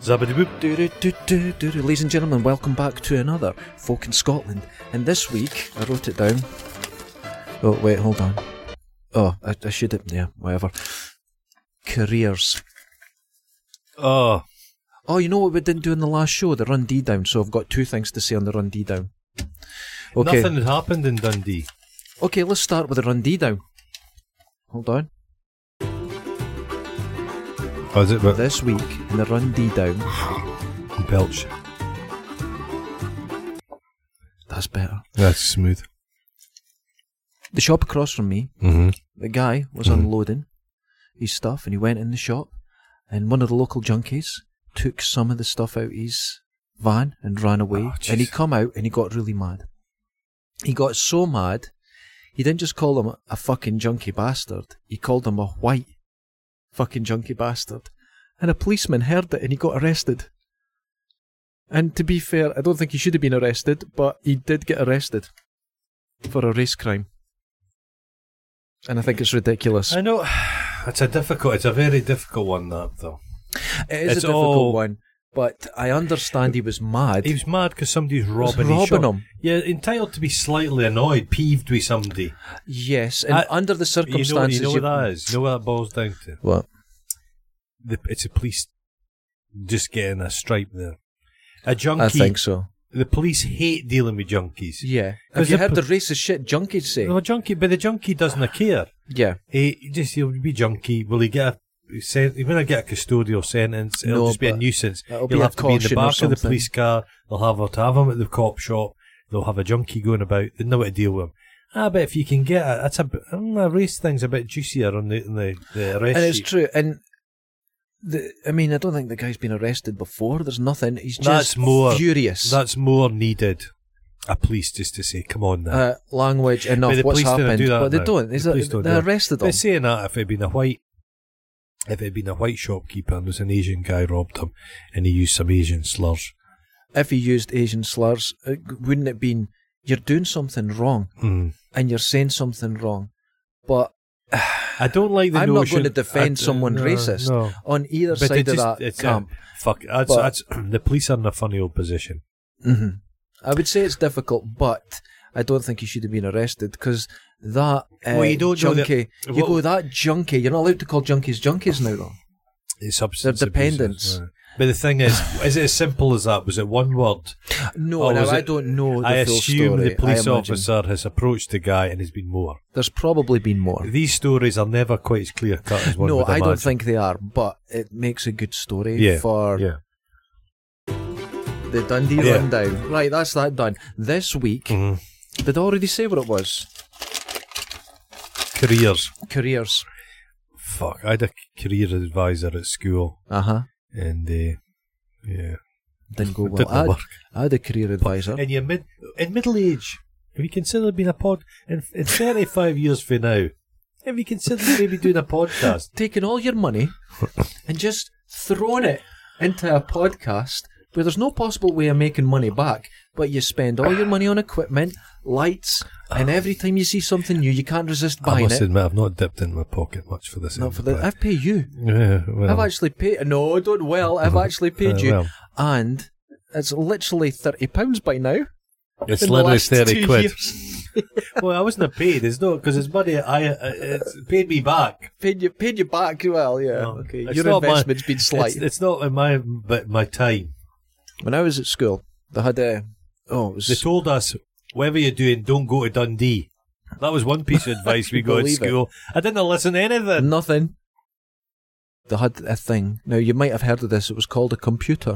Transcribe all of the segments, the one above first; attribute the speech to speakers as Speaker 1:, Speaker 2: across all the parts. Speaker 1: Zabbity-boop.
Speaker 2: Do-do-do-do-do-do. Ladies and gentlemen, welcome back to another Folk in Scotland. And this week, I wrote it down. Oh, wait, hold on. Oh, I, I should have, yeah, whatever. Careers.
Speaker 1: Oh,
Speaker 2: Oh, you know what we didn't do in the last show? The Run D Down. So I've got two things to say on the Run D Down. Okay.
Speaker 1: nothing had happened in Dundee.
Speaker 2: Okay, let's start with the Run D Down. Hold on.
Speaker 1: Oh, is it about
Speaker 2: This week in the Run D Down.
Speaker 1: belch?
Speaker 2: That's better.
Speaker 1: That's smooth.
Speaker 2: The shop across from me,
Speaker 1: Mm-hmm.
Speaker 2: the guy was
Speaker 1: Mhm.
Speaker 2: unloading his stuff and he went in the shop and one of the local junkies took some of the stuff out his van and ran away
Speaker 1: Oh,
Speaker 2: and he
Speaker 1: jeez.
Speaker 2: come out and he got really mad he got so mad he didn't just call him a fucking junkie bastard he called him a white fucking junkie bastard and a policeman heard it and he got arrested and to be fair i don't think he should have been arrested but he did get arrested for a race crime and i think it's ridiculous
Speaker 1: I know. It's a difficult. It's a very difficult one. That though.
Speaker 2: It is
Speaker 1: It's
Speaker 2: a difficult
Speaker 1: all-
Speaker 2: one, but I understand he was mad.
Speaker 1: He was mad because somebody's robbing.
Speaker 2: robbing
Speaker 1: his shop.
Speaker 2: him.
Speaker 1: Yeah, entitled to be slightly annoyed, peeved with somebody.
Speaker 2: yes, and
Speaker 1: I-
Speaker 2: under
Speaker 1: You
Speaker 2: the
Speaker 1: know,
Speaker 2: circumstances,
Speaker 1: you know what that is. You know what that boils down to.
Speaker 2: What?
Speaker 1: The, it's a police just getting a stripe there. A junkie.
Speaker 2: I think so.
Speaker 1: The police hate dealing with junkies.
Speaker 2: Yeah. Have
Speaker 1: 'Cause
Speaker 2: you
Speaker 1: the
Speaker 2: heard
Speaker 1: po-
Speaker 2: the racist shit junkies say?
Speaker 1: Well, a junkie, but the junkie doesn't care.
Speaker 2: yeah.
Speaker 1: He he just he'll be junkie. Will he get a sen- he may not get a custodial sentence? It'll
Speaker 2: No,
Speaker 1: just be a
Speaker 2: but
Speaker 1: nuisance.
Speaker 2: it'll
Speaker 1: He'll
Speaker 2: be a
Speaker 1: have to be in the
Speaker 2: caution or
Speaker 1: back of the
Speaker 2: something.
Speaker 1: police car. They'll have her to have him at the cop shop. They'll have a junkie going about. They know how to deal with him. Ah, but if you can get a, that's a b- mm, a race thing's a bit juicier on the on the, the arrest
Speaker 2: And it's
Speaker 1: sheet.
Speaker 2: true. And the, I mean, I don't think the guy's been arrested before. There's nothing. He's just
Speaker 1: That's more-
Speaker 2: furious.
Speaker 1: That's more needed. A police just to say, "Come on now."
Speaker 2: uh, language enough.
Speaker 1: But the
Speaker 2: What's
Speaker 1: police didn't
Speaker 2: happened?
Speaker 1: do that
Speaker 2: but they
Speaker 1: now.
Speaker 2: don't.
Speaker 1: The
Speaker 2: Is that-
Speaker 1: police don't do
Speaker 2: they
Speaker 1: that.
Speaker 2: arrested him.
Speaker 1: But saying that, if it had been a white, if it had been a white shopkeeper and there's an Asian guy robbed him, and he used some Asian slurs,
Speaker 2: If he used Asian slurs, it, wouldn't it been you're doing something wrong
Speaker 1: mm.
Speaker 2: and you're saying something wrong, but
Speaker 1: I don't like the
Speaker 2: I'm not
Speaker 1: notion.
Speaker 2: going to defend
Speaker 1: I-
Speaker 2: someone
Speaker 1: no,
Speaker 2: racist
Speaker 1: no.
Speaker 2: on either
Speaker 1: But
Speaker 2: side
Speaker 1: it just-
Speaker 2: of that
Speaker 1: it's, uh,
Speaker 2: camp.
Speaker 1: fuck, that's,
Speaker 2: But-
Speaker 1: that's, the police are in a funny old position.
Speaker 2: Mhm. I would say it's difficult, but I don't think he should have been arrested because that uh,
Speaker 1: Well, you don't know that-
Speaker 2: junkie, you
Speaker 1: what-
Speaker 2: go that junkie. You're not allowed to call junkies junkies now, though.
Speaker 1: It's substance
Speaker 2: They're
Speaker 1: abuse,
Speaker 2: dependents.
Speaker 1: right. But the thing is, is it as simple as that? Was it one word?
Speaker 2: No,
Speaker 1: Or
Speaker 2: now,
Speaker 1: was
Speaker 2: Oh, I
Speaker 1: it-
Speaker 2: don't know. The
Speaker 1: I
Speaker 2: full
Speaker 1: assume
Speaker 2: story,
Speaker 1: the police
Speaker 2: I imagine.
Speaker 1: officer has approached the guy and has been more.
Speaker 2: There's probably been more.
Speaker 1: These stories are never quite as clear cut as one
Speaker 2: No,
Speaker 1: would
Speaker 2: I don't
Speaker 1: imagine.
Speaker 2: think they are, but it makes a good story
Speaker 1: Yeah,
Speaker 2: for
Speaker 1: yeah.
Speaker 2: the Dundee
Speaker 1: Yeah.
Speaker 2: rundown. Right, that's that done. This week,
Speaker 1: Mhm.
Speaker 2: did I already say what it was?
Speaker 1: Careers.
Speaker 2: Careers.
Speaker 1: Fuck, I had a career advisor at school,
Speaker 2: Uh huh.
Speaker 1: and uh, yeah,
Speaker 2: Didn't go
Speaker 1: It
Speaker 2: well.
Speaker 1: didn't
Speaker 2: I, had,
Speaker 1: work.
Speaker 2: I had a career advisor.
Speaker 1: And you're mid in middle age. Have you considered being a pod in, in 35 years for now? Have you considered maybe doing a podcast?
Speaker 2: taking all your money and just throwing it into a podcast where there's no possible way of making money back, but you spend all your money on equipment, lights, and every time you see something new, you can't resist
Speaker 1: I
Speaker 2: buying
Speaker 1: must
Speaker 2: it.
Speaker 1: admit, I've not dipped in my pocket much for this.
Speaker 2: Not for the,
Speaker 1: enterprise.
Speaker 2: I've paid you.
Speaker 1: yeah, well,
Speaker 2: I've actually paid. No, don't. Well, I've actually paid
Speaker 1: Uh,
Speaker 2: you,
Speaker 1: well.
Speaker 2: and it's literally thirty pounds by now.
Speaker 1: it's
Speaker 2: in the
Speaker 1: literally
Speaker 2: last
Speaker 1: 30
Speaker 2: two
Speaker 1: quid.
Speaker 2: years.
Speaker 1: well, I wasn't paid. It's not because it's money. I uh, it's paid me back.
Speaker 2: paid you, paid you back. Well, yeah.
Speaker 1: No,
Speaker 2: okay,
Speaker 1: it's
Speaker 2: your
Speaker 1: not my-
Speaker 2: investment's been slight.
Speaker 1: It's, it's not in my but my time.
Speaker 2: when I was at school, they had a. Oh, it was
Speaker 1: They told us whatever you're doing, don't go to Dundee. That was one piece of advice we got at
Speaker 2: Believe it.
Speaker 1: school. I didn't listen to anything.
Speaker 2: Nothing. They had a thing. Now you might have heard of this. It was called a computer,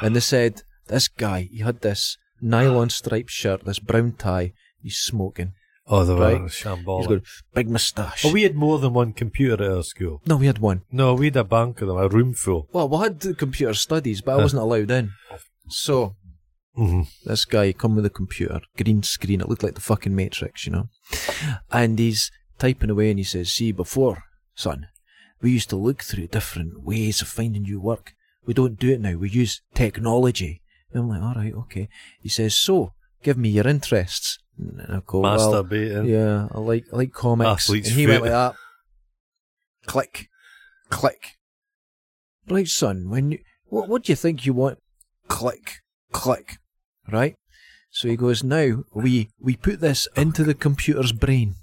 Speaker 2: and they said this guy he had this nylon striped shirt, this brown tie. He's smoking.
Speaker 1: Oh, they were
Speaker 2: Right.
Speaker 1: shambolic.
Speaker 2: He's got a big moustache.
Speaker 1: Well, we had more than one computer at our school.
Speaker 2: no, we had one.
Speaker 1: No, we had a bank of them, a room full.
Speaker 2: Well, we had the computer studies, but I
Speaker 1: Huh.
Speaker 2: wasn't allowed in. So
Speaker 1: Mm-hmm.
Speaker 2: this guy come with a computer, green screen. It looked like the fucking Matrix, you know. And he's typing away, and he says, "See, before, son, we used to look through different ways of finding new work. We don't do it now. We use technology." And I'm like, "All right, okay." He says, "So, give me your interests." And I go, "Well,
Speaker 1: Masturbating.
Speaker 2: yeah, I like I like comics.
Speaker 1: Athlete's
Speaker 2: and he went
Speaker 1: foot.
Speaker 2: like that. Click, click. Right, son. When you, What, what do you think you want? Click, click, right? So he goes, now we, we put this into the computer's brain.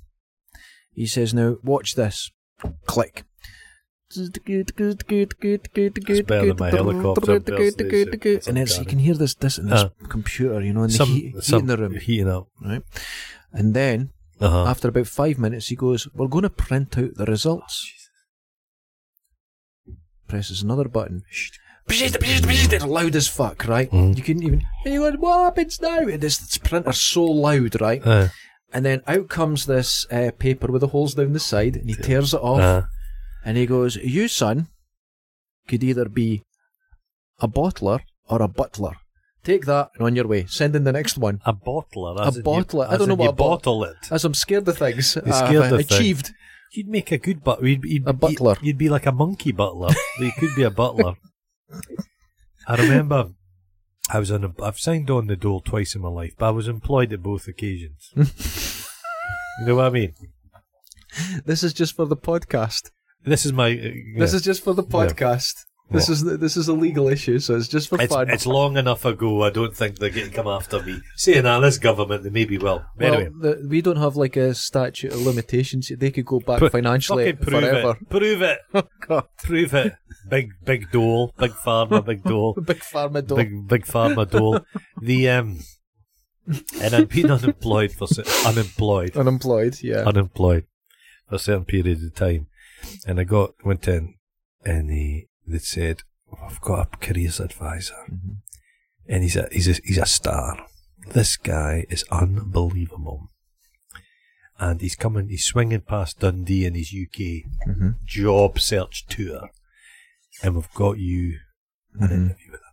Speaker 2: He says, now watch this. Click. It's
Speaker 1: better than my helicopter builds these, uh, it's
Speaker 2: And it's, you
Speaker 1: uncanny.
Speaker 2: can hear this, this in this
Speaker 1: Uh,
Speaker 2: computer, you know, in the
Speaker 1: some,
Speaker 2: heat, heat
Speaker 1: some
Speaker 2: in the room,
Speaker 1: Heating up.
Speaker 2: right? And then
Speaker 1: Uh-huh.
Speaker 2: after about five minutes, he goes, We're going to print out the results. Presses another button. They're loud as fuck, right?
Speaker 1: Mhm.
Speaker 2: You couldn't even. And you went, What happens now? And this, this printer's so loud, right?
Speaker 1: Uh,
Speaker 2: And then out comes this uh, paper with the holes down the side, and he tears it off.
Speaker 1: uh,
Speaker 2: And he goes, You, son, could either be a bottler or a butler. Take that and on your way. Send in the next one.
Speaker 1: a bottler.
Speaker 2: A
Speaker 1: as in you-
Speaker 2: bottler. I
Speaker 1: as
Speaker 2: don't know
Speaker 1: in
Speaker 2: what
Speaker 1: you
Speaker 2: a bot-
Speaker 1: bottle it.
Speaker 2: As I'm scared of things,
Speaker 1: He's scared
Speaker 2: I've,
Speaker 1: of
Speaker 2: uh,
Speaker 1: things.
Speaker 2: achieved.
Speaker 1: You'd make a good butler. You'd, you'd,
Speaker 2: A butler.
Speaker 1: You'd, be like a monkey butler. you could be a butler. I remember I was on. A, I've signed on the dole twice in my life, but I was employed at both occasions. you know what I mean?
Speaker 2: This is just for the podcast.
Speaker 1: This is my. uh, yeah.
Speaker 2: This is just for the podcast. This
Speaker 1: What?
Speaker 2: is this is a legal issue, so it's just for
Speaker 1: It's,
Speaker 2: fun.
Speaker 1: it's long enough ago. I don't think they're going to come after me. Saying that this government, they maybe will. But
Speaker 2: well,
Speaker 1: anyway,
Speaker 2: the, we don't have like a statute of limitations. They could go back
Speaker 1: Pro-
Speaker 2: financially
Speaker 1: fucking prove
Speaker 2: forever.
Speaker 1: it. Prove it.
Speaker 2: Oh God,
Speaker 1: Prove it. Big, big dole. Big farmer. Big dole.
Speaker 2: big pharma dog.
Speaker 1: big big pharma dole. The um, and I'd been unemployed for cer- unemployed,
Speaker 2: unemployed. Yeah,
Speaker 1: unemployed for a certain period of time, and I got went in, and he they said I've got a careers advisor, and he's a he's a, he's a star. This guy is unbelievable, and he's coming. He's swinging past Dundee in his UK
Speaker 2: Mhm.
Speaker 1: job search tour, and we've got you an
Speaker 2: Mhm.
Speaker 1: interview with him.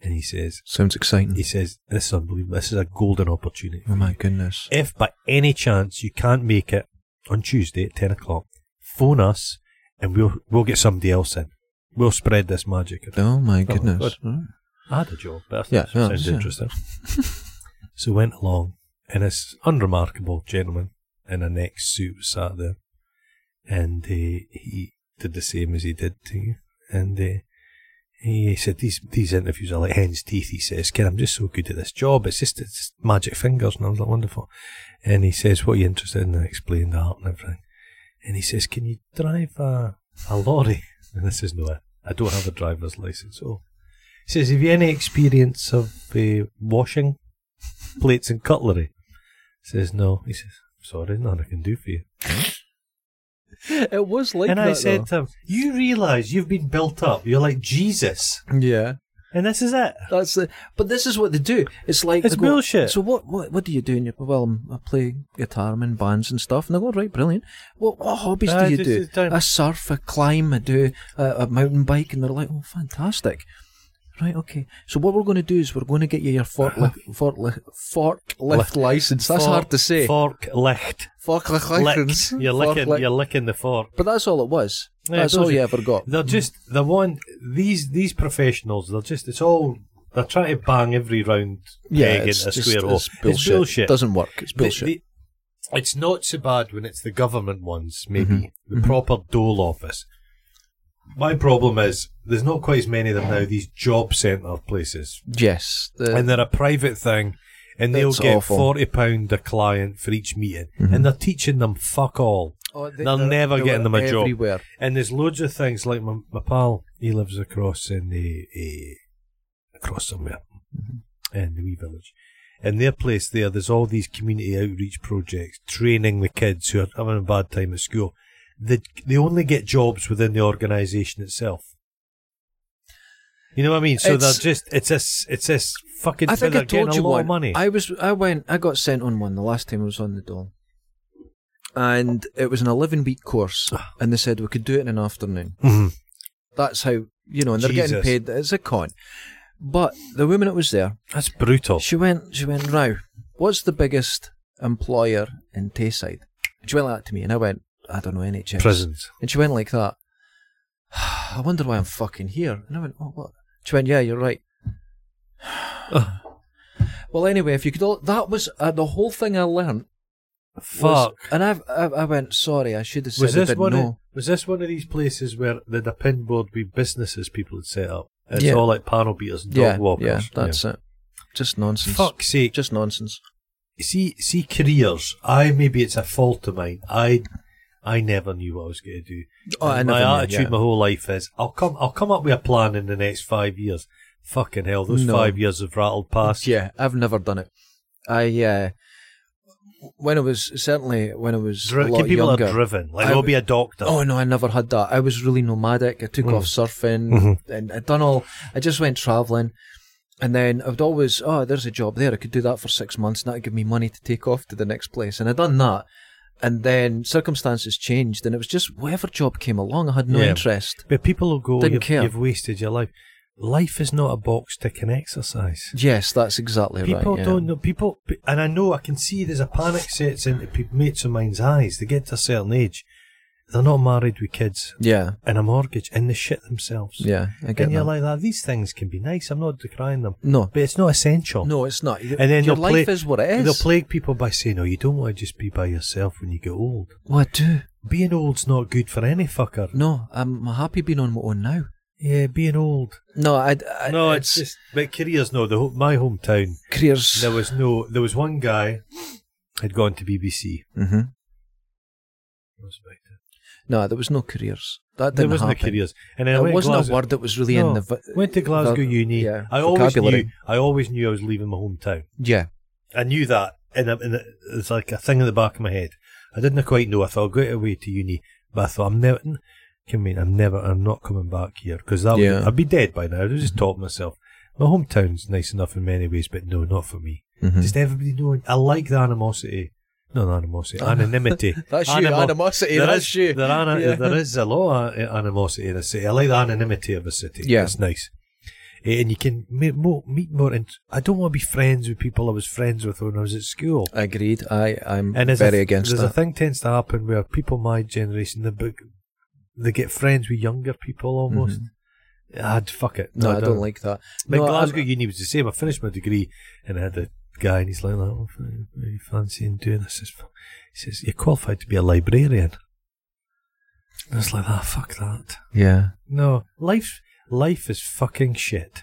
Speaker 1: And he says,
Speaker 2: sounds exciting.
Speaker 1: he says, this is unbelievable. This is a golden opportunity.
Speaker 2: oh my goodness.
Speaker 1: If by any chance you can't make it on Tuesday at 10 o'clock, phone us and we'll, we'll get somebody else in. We'll spread this magic. around."
Speaker 2: Oh my
Speaker 1: Oh,
Speaker 2: goodness.
Speaker 1: I had a job, but I thought
Speaker 2: Yeah,
Speaker 1: it
Speaker 2: yeah,
Speaker 1: sounds
Speaker 2: yeah.
Speaker 1: interesting. so went along, and this unremarkable gentleman in a neck suit sat there, and uh, he did the same as he did to you, and uh, he said these these interviews are like hen's teeth. He says, "Ken, I'm just so good at this job. It's just it's magic fingers," and I was like, "Wonderful." And he says, "What are you interested in?" And I explained the art and everything, and he says, "Can you drive a a lorry?" And this is no, I don't have a driver's license. Oh, he says, Have you any experience of uh, washing plates and cutlery? says, No. He says, Sorry, nothing I can do for you.
Speaker 2: It was like
Speaker 1: and
Speaker 2: that.
Speaker 1: I said to him, You realise you've been built up. You're like Jesus.
Speaker 2: though. yeah.
Speaker 1: And this is it.
Speaker 2: That's the. But this is what they do. It's like
Speaker 1: It's
Speaker 2: they go,
Speaker 1: bullshit.
Speaker 2: So what? What? What do you do? in your well, um, I play guitar. I'm in bands and stuff. And I go right, brilliant. What? What hobbies
Speaker 1: Ah,
Speaker 2: do you
Speaker 1: this
Speaker 2: do?
Speaker 1: is time.
Speaker 2: I surf. I climb. I do a, a mountain bike. And they're like, oh, fantastic. Right. Okay. So what we're going to do is we're going to get you your forklift, forklift, forklift
Speaker 1: Lift.
Speaker 2: license. That's
Speaker 1: Fork-
Speaker 2: hard to say.
Speaker 1: Fork, licked.
Speaker 2: Forklift license.
Speaker 1: Licked. You're licking,
Speaker 2: Forklift.
Speaker 1: you're licking the fork.
Speaker 2: But that's all it was.
Speaker 1: Yeah,
Speaker 2: that's
Speaker 1: those
Speaker 2: all you
Speaker 1: are-
Speaker 2: ever got.
Speaker 1: They're just, the one, these these professionals, they're just, it's all, they're trying to bang every round
Speaker 2: yeah,
Speaker 1: peg
Speaker 2: it's
Speaker 1: into a
Speaker 2: just
Speaker 1: square hole.
Speaker 2: it's bullshit.
Speaker 1: It's bullshit.
Speaker 2: Doesn't work. It's
Speaker 1: The-
Speaker 2: bullshit.
Speaker 1: the- it's not so bad when it's the government ones,
Speaker 2: Mm-hmm.
Speaker 1: maybe the proper dole office. My problem is there's not quite as many of them now. These job centre places,
Speaker 2: yes. the-
Speaker 1: and they're a private thing, and they'll
Speaker 2: It's
Speaker 1: get
Speaker 2: Uh, awful. Mm-hmm.
Speaker 1: forty pound a client for each meeting, and they're teaching them fuck all.
Speaker 2: Oh, they,
Speaker 1: They'll never
Speaker 2: they
Speaker 1: get
Speaker 2: were
Speaker 1: them a job.
Speaker 2: everywhere.
Speaker 1: And there's loads of things like my, my pal, he lives across in the across somewhere
Speaker 2: Mm-hmm.
Speaker 1: in the wee village. In their place there, there's all these community outreach projects training the kids who are having a bad time at school. They they only get jobs within the organisation itself. You know what I mean? So
Speaker 2: It's-
Speaker 1: they're just it's this it's this fucking.
Speaker 2: I think
Speaker 1: they're
Speaker 2: I told
Speaker 1: getting
Speaker 2: you
Speaker 1: a lot
Speaker 2: one.
Speaker 1: of money.
Speaker 2: I was, I went, I got sent on one the last time I was on the dole, and it was an eleven-week course,
Speaker 1: Ah.
Speaker 2: and they said we could do it in an afternoon.
Speaker 1: Mhm.
Speaker 2: That's how you know, and they're
Speaker 1: Jesus.
Speaker 2: getting paid. It's a con. But the woman that was there,
Speaker 1: That's brutal.
Speaker 2: she went, she went, now, what's the biggest employer in Tayside? And she went like that to me, and I went, I don't know, NHS.
Speaker 1: Prisons.
Speaker 2: And she went like that. I wonder why I'm fucking here. And I went, oh, what? She went, yeah, you're right. well, anyway, if you could all, that was uh, the whole thing I learnt
Speaker 1: Fuck.
Speaker 2: Was- and I've, I, I went, sorry, I should have said
Speaker 1: Was
Speaker 2: I
Speaker 1: this
Speaker 2: didn't
Speaker 1: one?
Speaker 2: know.
Speaker 1: Of, was this one of these places where they'd a pin board with businesses people had set up? It's
Speaker 2: Yeah.
Speaker 1: all like panel beaters, and dog
Speaker 2: yeah,
Speaker 1: walkers.
Speaker 2: yeah, that's it. Just nonsense.
Speaker 1: Fuck's sake!
Speaker 2: Just nonsense.
Speaker 1: See, see, careers. I maybe it's a fault of mine. I, I never knew what I was going to do.
Speaker 2: Oh, I
Speaker 1: And my
Speaker 2: never knew,
Speaker 1: attitude
Speaker 2: yeah.
Speaker 1: my whole life is I'll come I'll come up with a plan in the next five years. Fucking hell, those
Speaker 2: No.
Speaker 1: five years have rattled past.
Speaker 2: Yeah, I've never done it. I uh, when I was certainly when I was
Speaker 1: Dri-
Speaker 2: a lot
Speaker 1: people
Speaker 2: younger.
Speaker 1: are driven. Like
Speaker 2: I
Speaker 1: I'll
Speaker 2: w-
Speaker 1: be a doctor.
Speaker 2: Oh no, I never had that. I was really nomadic. I took
Speaker 1: Mm.
Speaker 2: off surfing
Speaker 1: Mhm.
Speaker 2: and I done all. I just went traveling, and then I would always oh, there's a job there. I could do that for six months, and that'd give me money to take off to the next place. And I done that, and then circumstances changed, and it was just whatever job came along. I had no
Speaker 1: Yeah.
Speaker 2: interest.
Speaker 1: But people will go
Speaker 2: Didn't
Speaker 1: you've,
Speaker 2: care.
Speaker 1: you've wasted your life. Life is not a box ticking exercise.
Speaker 2: Yes, that's exactly right.
Speaker 1: People
Speaker 2: yeah.
Speaker 1: don't know people and I know I can see there's a panic sets into pe- mates of mine's eyes. They get to a certain age. They're not married with kids
Speaker 2: Yeah,
Speaker 1: and a mortgage and they shit themselves.
Speaker 2: yeah, I get
Speaker 1: and you're
Speaker 2: that.
Speaker 1: like that these things can be nice. I'm not decrying them.
Speaker 2: no,
Speaker 1: But it's not essential.
Speaker 2: no, it's not. Y-
Speaker 1: And then
Speaker 2: your
Speaker 1: they'll
Speaker 2: life
Speaker 1: play-
Speaker 2: is what it is.
Speaker 1: They'll plague people by saying, "Oh, you don't want to just be by yourself when you get old.
Speaker 2: Well, I do.
Speaker 1: Being old's not good for any fucker."
Speaker 2: No, I'm happy being on my own now.
Speaker 1: Yeah, being old.
Speaker 2: No, I. I
Speaker 1: no, it's, just but careers. No, the ho- my hometown.
Speaker 2: careers.
Speaker 1: There was no. There was one guy had gone to BBC.
Speaker 2: hmm
Speaker 1: Respect it.
Speaker 2: Mm-hmm. No, there was no careers. That
Speaker 1: There
Speaker 2: didn't
Speaker 1: wasn't
Speaker 2: happen.
Speaker 1: a careers, and I
Speaker 2: It
Speaker 1: went to
Speaker 2: wasn't
Speaker 1: Glasgow-
Speaker 2: a word that was really
Speaker 1: no,
Speaker 2: in the. vi-
Speaker 1: went to Glasgow
Speaker 2: the-
Speaker 1: Uni.
Speaker 2: yeah,
Speaker 1: I always
Speaker 2: vocabulary.
Speaker 1: knew. I always knew I was leaving my hometown.
Speaker 2: Yeah,
Speaker 1: I knew that, and, I- and it- it's like a thing in the back of my head. I didn't quite know. I thought I'll go away to uni, but I thought I'm never. Can mean I'm never. I'm not coming back here because that would-
Speaker 2: Yeah.
Speaker 1: I'd be dead by now. I was just taught myself. My hometown's nice enough in many ways, but no, not for me.
Speaker 2: Mhm.
Speaker 1: Just everybody knowing. I like the animosity. No, not animosity. Anonymity.
Speaker 2: That's you, animosity,
Speaker 1: There
Speaker 2: that's
Speaker 1: is-
Speaker 2: you.
Speaker 1: There, are,
Speaker 2: Yeah.
Speaker 1: there is a lot of animosity in a city. I like the anonymity of a city.
Speaker 2: Yeah.
Speaker 1: It's nice. Eh, And you can meet more. Meet more and I don't want to be friends with people I was friends with when I was at school.
Speaker 2: agreed. I I'm
Speaker 1: And there's a
Speaker 2: very
Speaker 1: th-
Speaker 2: against
Speaker 1: There's a
Speaker 2: that.
Speaker 1: thing tends to happen where people my generation, they, book, they get friends with younger people almost. I'd fuck it.
Speaker 2: Mm-hmm. no, I don't like that.
Speaker 1: But
Speaker 2: no, I'm-
Speaker 1: Glasgow Uni was the same. I finished my degree and I had a guy and he's like, oh, what are you fancying doing this? He says, you're qualified to be a librarian. And I was like, ah, fuck that.
Speaker 2: yeah.
Speaker 1: No, life, life is fucking shit.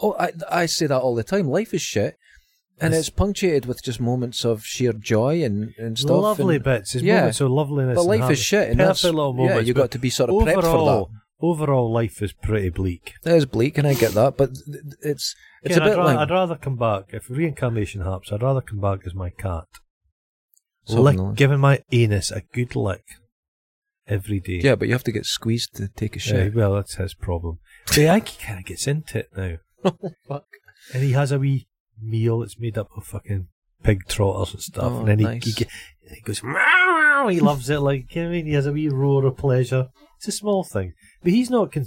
Speaker 2: Oh, I I say that all the time. Life is shit, and
Speaker 1: It's-
Speaker 2: it's, punctuated with just moments of sheer joy and and stuff.
Speaker 1: lovely
Speaker 2: and,
Speaker 1: bits. There's
Speaker 2: yeah.
Speaker 1: moments of loveliness.
Speaker 2: But
Speaker 1: and
Speaker 2: life is
Speaker 1: happy-
Speaker 2: shit, and
Speaker 1: perfect
Speaker 2: that's-
Speaker 1: little
Speaker 2: yeah,
Speaker 1: moments.
Speaker 2: you got
Speaker 1: but
Speaker 2: to be sort of prepped for
Speaker 1: overall, Overall, life is pretty bleak.
Speaker 2: That is bleak, and I get that, but th- th- it's it's
Speaker 1: Ken,
Speaker 2: a bit
Speaker 1: I'd, ra-
Speaker 2: like
Speaker 1: I'd rather come back if reincarnation happens. I'd rather come back as my cat,
Speaker 2: Something
Speaker 1: lick,
Speaker 2: like-
Speaker 1: giving my anus a good lick every day.
Speaker 2: yeah, but you have to get squeezed to take a
Speaker 1: Yeah,
Speaker 2: shit.
Speaker 1: well, that's his problem. See, I kind of gets into it now,
Speaker 2: Oh, Fuck.
Speaker 1: and he has a wee meal that's made up of fucking pig trotters and stuff,
Speaker 2: Oh,
Speaker 1: and then he,
Speaker 2: nice.
Speaker 1: he, ge- he goes meow, meow. He loves it, like you know what I mean. He has a wee roar of pleasure. It's a small thing, but he's not. Con-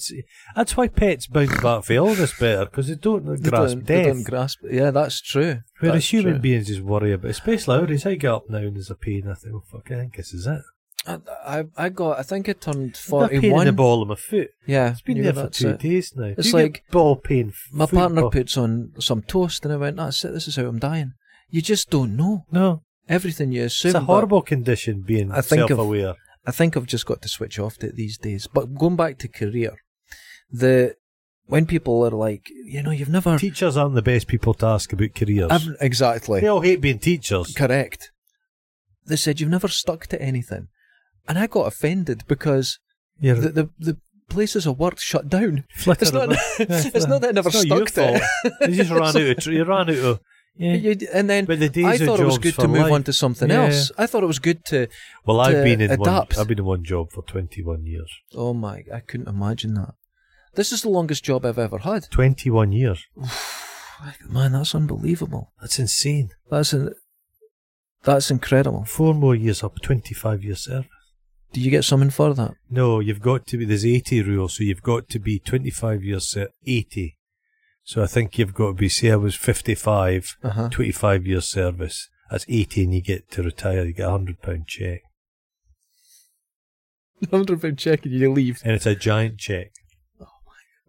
Speaker 1: that's why pets bounce back for illness better because they don't
Speaker 2: They
Speaker 1: grasp
Speaker 2: don't- they
Speaker 1: death.
Speaker 2: don't grasp. Yeah, that's true.
Speaker 1: Whereas
Speaker 2: That's
Speaker 1: human
Speaker 2: true.
Speaker 1: beings just worry about, especially nowadays, I get up now and there's a pain. I think, oh, fuck, I think this is it.
Speaker 2: I, I I got. I think I turned
Speaker 1: I've got pain in the
Speaker 2: forty-one.
Speaker 1: ball of my foot.
Speaker 2: yeah,
Speaker 1: It's been
Speaker 2: yeah,
Speaker 1: there for
Speaker 2: that's
Speaker 1: two
Speaker 2: it.
Speaker 1: days now.
Speaker 2: It's
Speaker 1: You get
Speaker 2: like-
Speaker 1: ball pain.
Speaker 2: My
Speaker 1: foot
Speaker 2: partner
Speaker 1: ball-
Speaker 2: puts on some toast, and I went, "That's it. This is how I'm dying." You just don't know
Speaker 1: No,
Speaker 2: everything you assume.
Speaker 1: it's a
Speaker 2: but
Speaker 1: horrible condition being
Speaker 2: I think of-
Speaker 1: self-aware.
Speaker 2: I think I've just got to switch off to it these days. But going back to career, the when people are like, you know, you've never.
Speaker 1: Teachers aren't the best people to ask about careers.
Speaker 2: I've, exactly.
Speaker 1: they all hate being teachers.
Speaker 2: Correct. They said you've never stuck to anything, and I got offended because
Speaker 1: Yeah,
Speaker 2: the the, the places of work shut down.
Speaker 1: flitter
Speaker 2: it's not-
Speaker 1: about.
Speaker 2: it's not that I never
Speaker 1: it's not your
Speaker 2: stuck to it.
Speaker 1: fault. They just ran out of. tr- You ran out of. Yeah.
Speaker 2: You- and then
Speaker 1: But the days
Speaker 2: I
Speaker 1: of
Speaker 2: thought it was
Speaker 1: jobs
Speaker 2: good
Speaker 1: for
Speaker 2: to move
Speaker 1: life.
Speaker 2: on to something
Speaker 1: Yeah.
Speaker 2: else. I thought it was good to.
Speaker 1: Well, I've
Speaker 2: to
Speaker 1: been in one.
Speaker 2: adapt.
Speaker 1: I've been in one job for twenty-one years.
Speaker 2: Oh my! I couldn't imagine that. This is the longest job I've ever had.
Speaker 1: Twenty-one years.
Speaker 2: Man, that's unbelievable.
Speaker 1: That's insane.
Speaker 2: That's in, that's incredible.
Speaker 1: Four more years up, twenty-five years service.
Speaker 2: Do you get something for that?
Speaker 1: No, you've got to be. There's 80 rule, so you've got to be 25 years ser- 80. So I think you've got to be. Say I was 55,
Speaker 2: Uh huh.
Speaker 1: 25 years service. That's 80, and you get to retire. You get a hundred pound check,
Speaker 2: Hundred pound check Oh and you leave.
Speaker 1: and it's a giant check.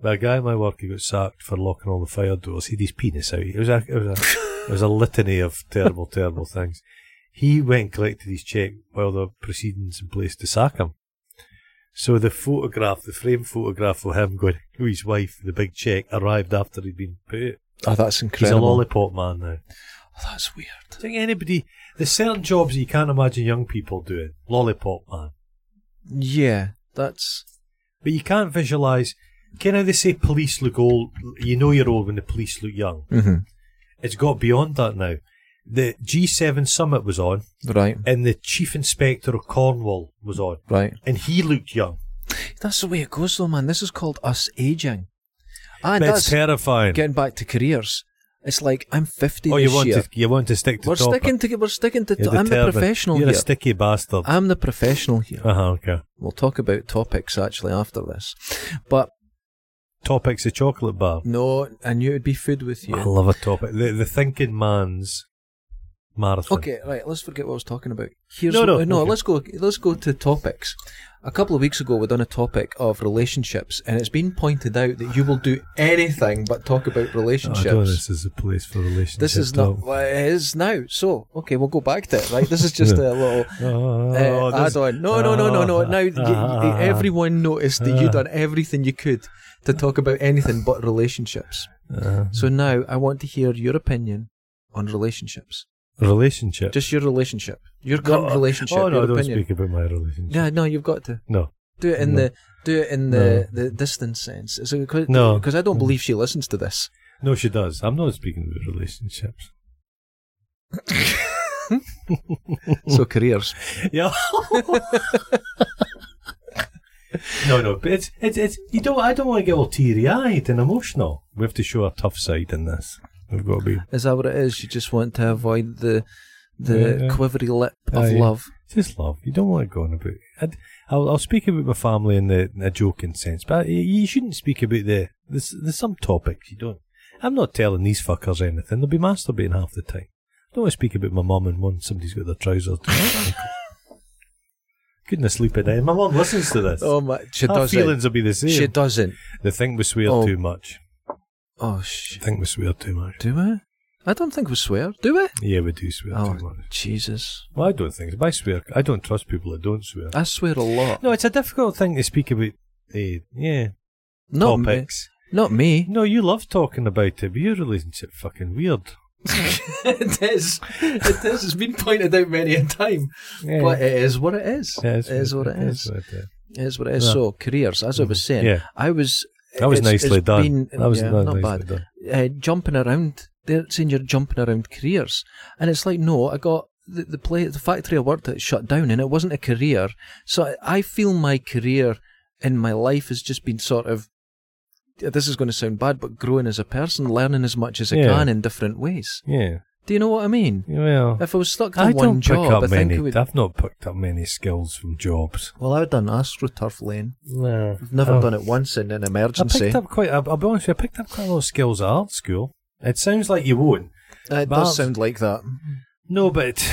Speaker 1: But a guy at my work who got sacked for locking all the fire doors, he had his penis out. It was a, it was a, it was a litany of terrible, terrible things. He went and collected his cheque while the proceedings in place to sack him. So the photograph, the frame photograph of him going, who his wife, the big cheque, arrived after he'd been put.
Speaker 2: Oh, that's
Speaker 1: He's a
Speaker 2: incredible.
Speaker 1: lollipop man now.
Speaker 2: Oh, that's weird.
Speaker 1: I think anybody, there's certain jobs that you can't imagine young people doing. Lollipop man.
Speaker 2: Yeah, that's
Speaker 1: But you can't visualise, can how they say police look old? You know you're old when the police look young. It's got beyond that now. The G7 summit was on,
Speaker 2: right,
Speaker 1: and the chief inspector of Cornwall was on,
Speaker 2: right.
Speaker 1: and he looked young.
Speaker 2: That's the way it goes, though, man. This is called us aging. And
Speaker 1: That's
Speaker 2: that's
Speaker 1: terrifying.
Speaker 2: getting back to careers. It's like I'm 50
Speaker 1: oh,
Speaker 2: this
Speaker 1: you want
Speaker 2: year.
Speaker 1: to you want to stick to
Speaker 2: we're
Speaker 1: topic.
Speaker 2: sticking to we're sticking to.
Speaker 1: You're
Speaker 2: I'm the
Speaker 1: determined.
Speaker 2: professional
Speaker 1: You're
Speaker 2: here. Ah.
Speaker 1: a sticky bastard.
Speaker 2: I'm the professional here.
Speaker 1: Uh huh. Okay.
Speaker 2: We'll talk about topics actually after this, but
Speaker 1: Topics a chocolate bar.
Speaker 2: no, I knew it'd be food with
Speaker 1: I
Speaker 2: you.
Speaker 1: love a topic. The, the thinking man's marathon.
Speaker 2: Okay, right. Let's forget what I was talking about. Here's
Speaker 1: No, no,
Speaker 2: uh, no.
Speaker 1: okay.
Speaker 2: Let's go. Let's go to topics. A couple of weeks ago, we done a topic of relationships, and it's been pointed out that you will do anything but talk about
Speaker 1: Oh, I know
Speaker 2: relationships.
Speaker 1: this is a place for relationships.
Speaker 2: This is
Speaker 1: talk.
Speaker 2: not well, it is now. So okay, we'll go back to it. Right, this is just a little.
Speaker 1: Oh,
Speaker 2: Uh,
Speaker 1: this-
Speaker 2: add on. No, no, no, no, no.
Speaker 1: Oh, Uh.
Speaker 2: Now y- y- everyone noticed that you done everything you could to talk about anything but relationships.
Speaker 1: Uh,
Speaker 2: So now I want to hear your opinion on relationships.
Speaker 1: relationship.
Speaker 2: Just your relationship, your current relationship,
Speaker 1: Oh no,
Speaker 2: your
Speaker 1: don't
Speaker 2: opinion.
Speaker 1: speak about my relationship.
Speaker 2: Yeah, no, you've got to
Speaker 1: No.
Speaker 2: do it in
Speaker 1: No.
Speaker 2: the do it in the, the distance sense. Is it because
Speaker 1: No. Mm.
Speaker 2: because I don't believe she listens to this.
Speaker 1: No, she does. I'm not speaking about relationships.
Speaker 2: So careers.
Speaker 1: Yeah. no, no, but it's it's it's you don't I don't want to get all teary eyed and emotional. We have to show our tough side in this. We've got to be
Speaker 2: Is that what it is? You just want to avoid the the
Speaker 1: Yeah, yeah.
Speaker 2: quivery lip of
Speaker 1: Aye.
Speaker 2: love.
Speaker 1: just love. You don't want to go on about. I'd, I'll I'll speak about my family in the in a joking sense, but you- you shouldn't speak about the there's there's some topics you don't. I'm not telling these fuckers anything. They'll be masturbating half the time. I don't want to speak about my mum and one somebody's got their trousers. down their ankle. Couldn't sleep at night. My mum listens to this.
Speaker 2: Oh my, she
Speaker 1: Her
Speaker 2: doesn't.
Speaker 1: feelings will be the same.
Speaker 2: She doesn't.
Speaker 1: They think we swear
Speaker 2: Oh.
Speaker 1: too much.
Speaker 2: Oh sh.
Speaker 1: They think we swear too much.
Speaker 2: Do we? I don't think we swear. Do we?
Speaker 1: Yeah, we do swear too
Speaker 2: Oh
Speaker 1: much.
Speaker 2: Jesus!
Speaker 1: Well, I don't think. If I swear, I don't trust people that don't swear.
Speaker 2: I swear a lot.
Speaker 1: No, it's a difficult thing to speak about. eh, yeah,
Speaker 2: not me.
Speaker 1: topics.
Speaker 2: Not me.
Speaker 1: No, you love talking about it, but your relationship fucking weird.
Speaker 2: it is. It is. It's been pointed out many a time.
Speaker 1: Yeah.
Speaker 2: But it is what it is.
Speaker 1: Yeah,
Speaker 2: it is what it is.
Speaker 1: what it is.
Speaker 2: It is what it is.
Speaker 1: Yeah. Mm-hmm.
Speaker 2: So careers, as I was saying,
Speaker 1: Yeah.
Speaker 2: I was.
Speaker 1: That was
Speaker 2: it's- it's
Speaker 1: nicely done.
Speaker 2: been-
Speaker 1: that was
Speaker 2: yeah,
Speaker 1: that
Speaker 2: not
Speaker 1: nicely
Speaker 2: bad.
Speaker 1: done.
Speaker 2: uh, jumping around. They're saying you're jumping around careers, and it's like no, I got the the, play, the factory I worked at shut down, and it wasn't a career. So I, I feel my career in my life has just been sort of. This is going to sound bad, but growing as a person, learning as much as I
Speaker 1: Yeah.
Speaker 2: can in different ways.
Speaker 1: Yeah.
Speaker 2: Do you know what I mean?
Speaker 1: Yeah, Well,
Speaker 2: If I was stuck to
Speaker 1: I
Speaker 2: one
Speaker 1: don't pick
Speaker 2: job,
Speaker 1: up
Speaker 2: I think
Speaker 1: many.
Speaker 2: it would.
Speaker 1: I've not picked up many skills from jobs.
Speaker 2: Well, I've done AstroTurf lane.
Speaker 1: No.
Speaker 2: I've never done it once in an
Speaker 1: Oh. I
Speaker 2: emergency.
Speaker 1: picked up quite. I'll, I'll be honest with you. I picked up quite a lot of skills at art school. It sounds like you won't.
Speaker 2: Uh, it
Speaker 1: but-
Speaker 2: does sound like that.
Speaker 1: No, but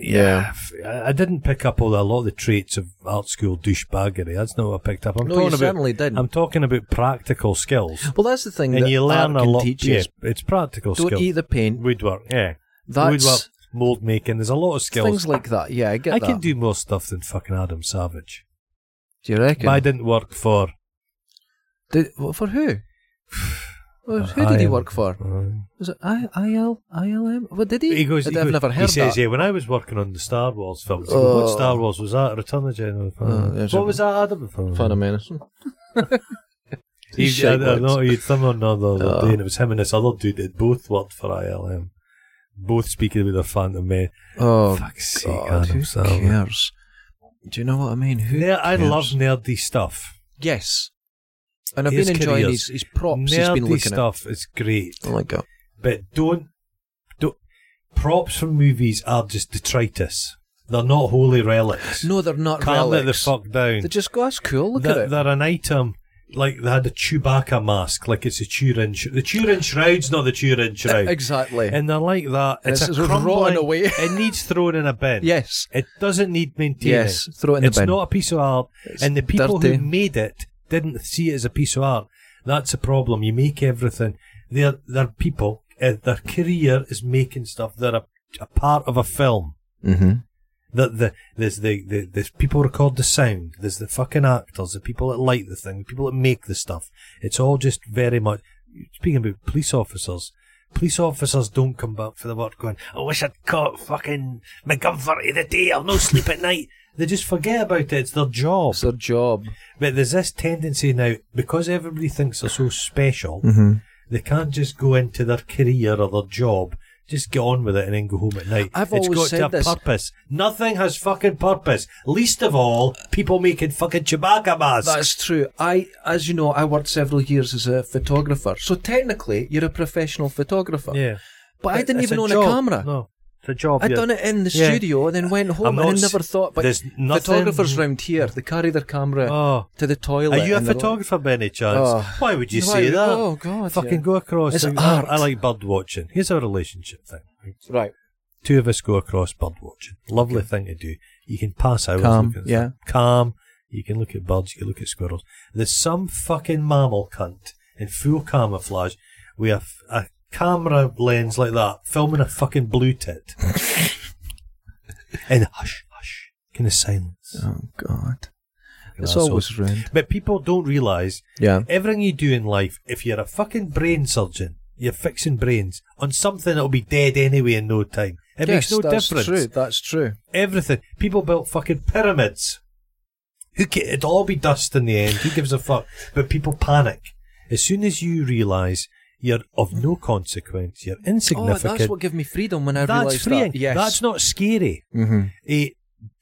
Speaker 1: yeah,
Speaker 2: Yeah.
Speaker 1: f- I I didn't pick up all a lot of the traits of art school douchebaggery. That's not what I picked up. I'm
Speaker 2: No,
Speaker 1: talking
Speaker 2: you
Speaker 1: about,
Speaker 2: certainly didn't.
Speaker 1: I'm talking about practical skills,
Speaker 2: Well, that's the thing
Speaker 1: and
Speaker 2: that
Speaker 1: you
Speaker 2: art
Speaker 1: learn a
Speaker 2: can
Speaker 1: lot.
Speaker 2: teach you
Speaker 1: Yeah,
Speaker 2: is
Speaker 1: it's practical
Speaker 2: Don't
Speaker 1: skills.
Speaker 2: eat the paint.
Speaker 1: Woodwork, yeah,
Speaker 2: That's-
Speaker 1: woodwork, mold making. There's a lot of skills.
Speaker 2: Things like that. Yeah, I get
Speaker 1: I
Speaker 2: that.
Speaker 1: can do more stuff than fucking Adam Savage.
Speaker 2: Do you reckon?
Speaker 1: But I didn't work for.
Speaker 2: Did- well, for who? Well, who did he work for? Was it I I L I L M? What did he?
Speaker 1: He goes.
Speaker 2: I-
Speaker 1: he
Speaker 2: I've
Speaker 1: goes-
Speaker 2: never
Speaker 1: he
Speaker 2: heard
Speaker 1: says,
Speaker 2: that.
Speaker 1: "Yeah, when I was working on the Star Wars films, he goes,
Speaker 2: Oh.
Speaker 1: what Star Wars was that? Return of the Jedi.
Speaker 2: Oh, there's
Speaker 1: what
Speaker 2: a-
Speaker 1: was that, Adam?
Speaker 2: Phantom Menace.
Speaker 1: He, I, I
Speaker 2: Shite words.
Speaker 1: know he had someone on the other
Speaker 2: Oh.
Speaker 1: day, and it was him and this other dude that both worked for ILM. Both speaking with their phantom men.
Speaker 2: Oh
Speaker 1: Fuck's sake,
Speaker 2: God,
Speaker 1: Adam
Speaker 2: who
Speaker 1: Sandler.
Speaker 2: cares? Do you know what I mean? Who?
Speaker 1: Ner- I
Speaker 2: cares?
Speaker 1: love nerdy stuff.
Speaker 2: Yes, and I've
Speaker 1: His
Speaker 2: been enjoying
Speaker 1: careers.
Speaker 2: his, his props. he's
Speaker 1: nerdy
Speaker 2: been looking
Speaker 1: stuff is great,
Speaker 2: at. I like uh, that.
Speaker 1: but don't don't props from movies are just detritus. They're not holy relics.
Speaker 2: No, they're not
Speaker 1: Calm it the
Speaker 2: relics.
Speaker 1: fuck down.
Speaker 2: They just go. That's cool. Look
Speaker 1: they're,
Speaker 2: at it.
Speaker 1: they're an item. Like they had a Chewbacca mask, like it's a Turin. Sh- the Turin shroud's not the Turin shroud.
Speaker 2: E, Exactly.
Speaker 1: and they're like that.
Speaker 2: And
Speaker 1: It's,
Speaker 2: it's
Speaker 1: a
Speaker 2: just rotting
Speaker 1: crumbling.
Speaker 2: away.
Speaker 1: it needs thrown in a bin.
Speaker 2: yes.
Speaker 1: It doesn't need maintaining.
Speaker 2: Yes, throw it in the
Speaker 1: it's
Speaker 2: bin.
Speaker 1: not a piece of art,
Speaker 2: It's
Speaker 1: and the people
Speaker 2: dirty.
Speaker 1: who made it didn't see it as a piece of art. That's a problem. You make everything. They're they're people. Uh, their career is making stuff. They're a, a part of a film.
Speaker 2: Mm-hmm.
Speaker 1: The, the, there's the, the there's people record the sound. There's the fucking actors, the people that light the thing, the people that make the stuff. It's all just very much. Speaking about police officers, police officers don't come back for the work going. I wish I'd caught fucking McGovern the day. I'll no sleep at night. They just forget about it. It's their job.
Speaker 2: It's their job.
Speaker 1: But there's this tendency now because everybody thinks they're so special.
Speaker 2: Mm-hmm.
Speaker 1: They can't just go into their career or their job. Just get on with it and then go home at night.
Speaker 2: I've
Speaker 1: it's
Speaker 2: always
Speaker 1: got
Speaker 2: said
Speaker 1: to have
Speaker 2: this.
Speaker 1: purpose. Nothing has fucking purpose. Least of all, people making fucking Chewbacca masks.
Speaker 2: That's true. I, as you know, I worked several years as a photographer. So technically, you're a professional photographer.
Speaker 1: yeah.
Speaker 2: But I didn't
Speaker 1: It's
Speaker 2: even own
Speaker 1: job.
Speaker 2: a camera.
Speaker 1: No, it's a job.
Speaker 2: I'd
Speaker 1: yeah.
Speaker 2: done it in the
Speaker 1: Yeah.
Speaker 2: studio and then went
Speaker 1: I'm
Speaker 2: home
Speaker 1: not
Speaker 2: and I
Speaker 1: s-
Speaker 2: never thought. But
Speaker 1: there's nothing-
Speaker 2: photographers round here, they carry their camera
Speaker 1: Oh.
Speaker 2: to the toilet.
Speaker 1: Are you a
Speaker 2: and they're like-
Speaker 1: photographer by any chance?
Speaker 2: Oh.
Speaker 1: Why would you
Speaker 2: Why
Speaker 1: say
Speaker 2: would-
Speaker 1: that?
Speaker 2: oh, God,
Speaker 1: Fucking
Speaker 2: yeah.
Speaker 1: go across.
Speaker 2: It's
Speaker 1: and-
Speaker 2: art.
Speaker 1: I like bird watching. Here's our relationship thing.
Speaker 2: Right.
Speaker 1: Two of us go across bird watching. Lovely thing to do. You can pass hours
Speaker 2: Calm,
Speaker 1: looking at
Speaker 2: yeah.
Speaker 1: them. Calm. You can look at birds. You can look at squirrels. There's some fucking mammal cunt in full camouflage with a, f- a camera lens like that filming a fucking blue tit. and hush, hush. Kind of silence.
Speaker 2: Oh God.
Speaker 1: Fucking
Speaker 2: It's
Speaker 1: assholes.
Speaker 2: always ruined.
Speaker 1: But people don't realise
Speaker 2: Yeah.
Speaker 1: Everything you do in life, if you're a fucking brain surgeon, you're fixing brains on something that'll be dead anyway in no time. It
Speaker 2: yes,
Speaker 1: makes no
Speaker 2: that's
Speaker 1: difference.
Speaker 2: true. That's true.
Speaker 1: Everything. People built fucking pyramids. Who ca- it'll all be dust in the end. Who gives a fuck? But people panic. As soon as you realise you're of no consequence, you're
Speaker 2: Oh,
Speaker 1: insignificant.
Speaker 2: that's what gave me freedom when I
Speaker 1: that's
Speaker 2: realised
Speaker 1: freeing.
Speaker 2: that. Yes.
Speaker 1: That's not scary.
Speaker 2: Mm-hmm.
Speaker 1: Eh,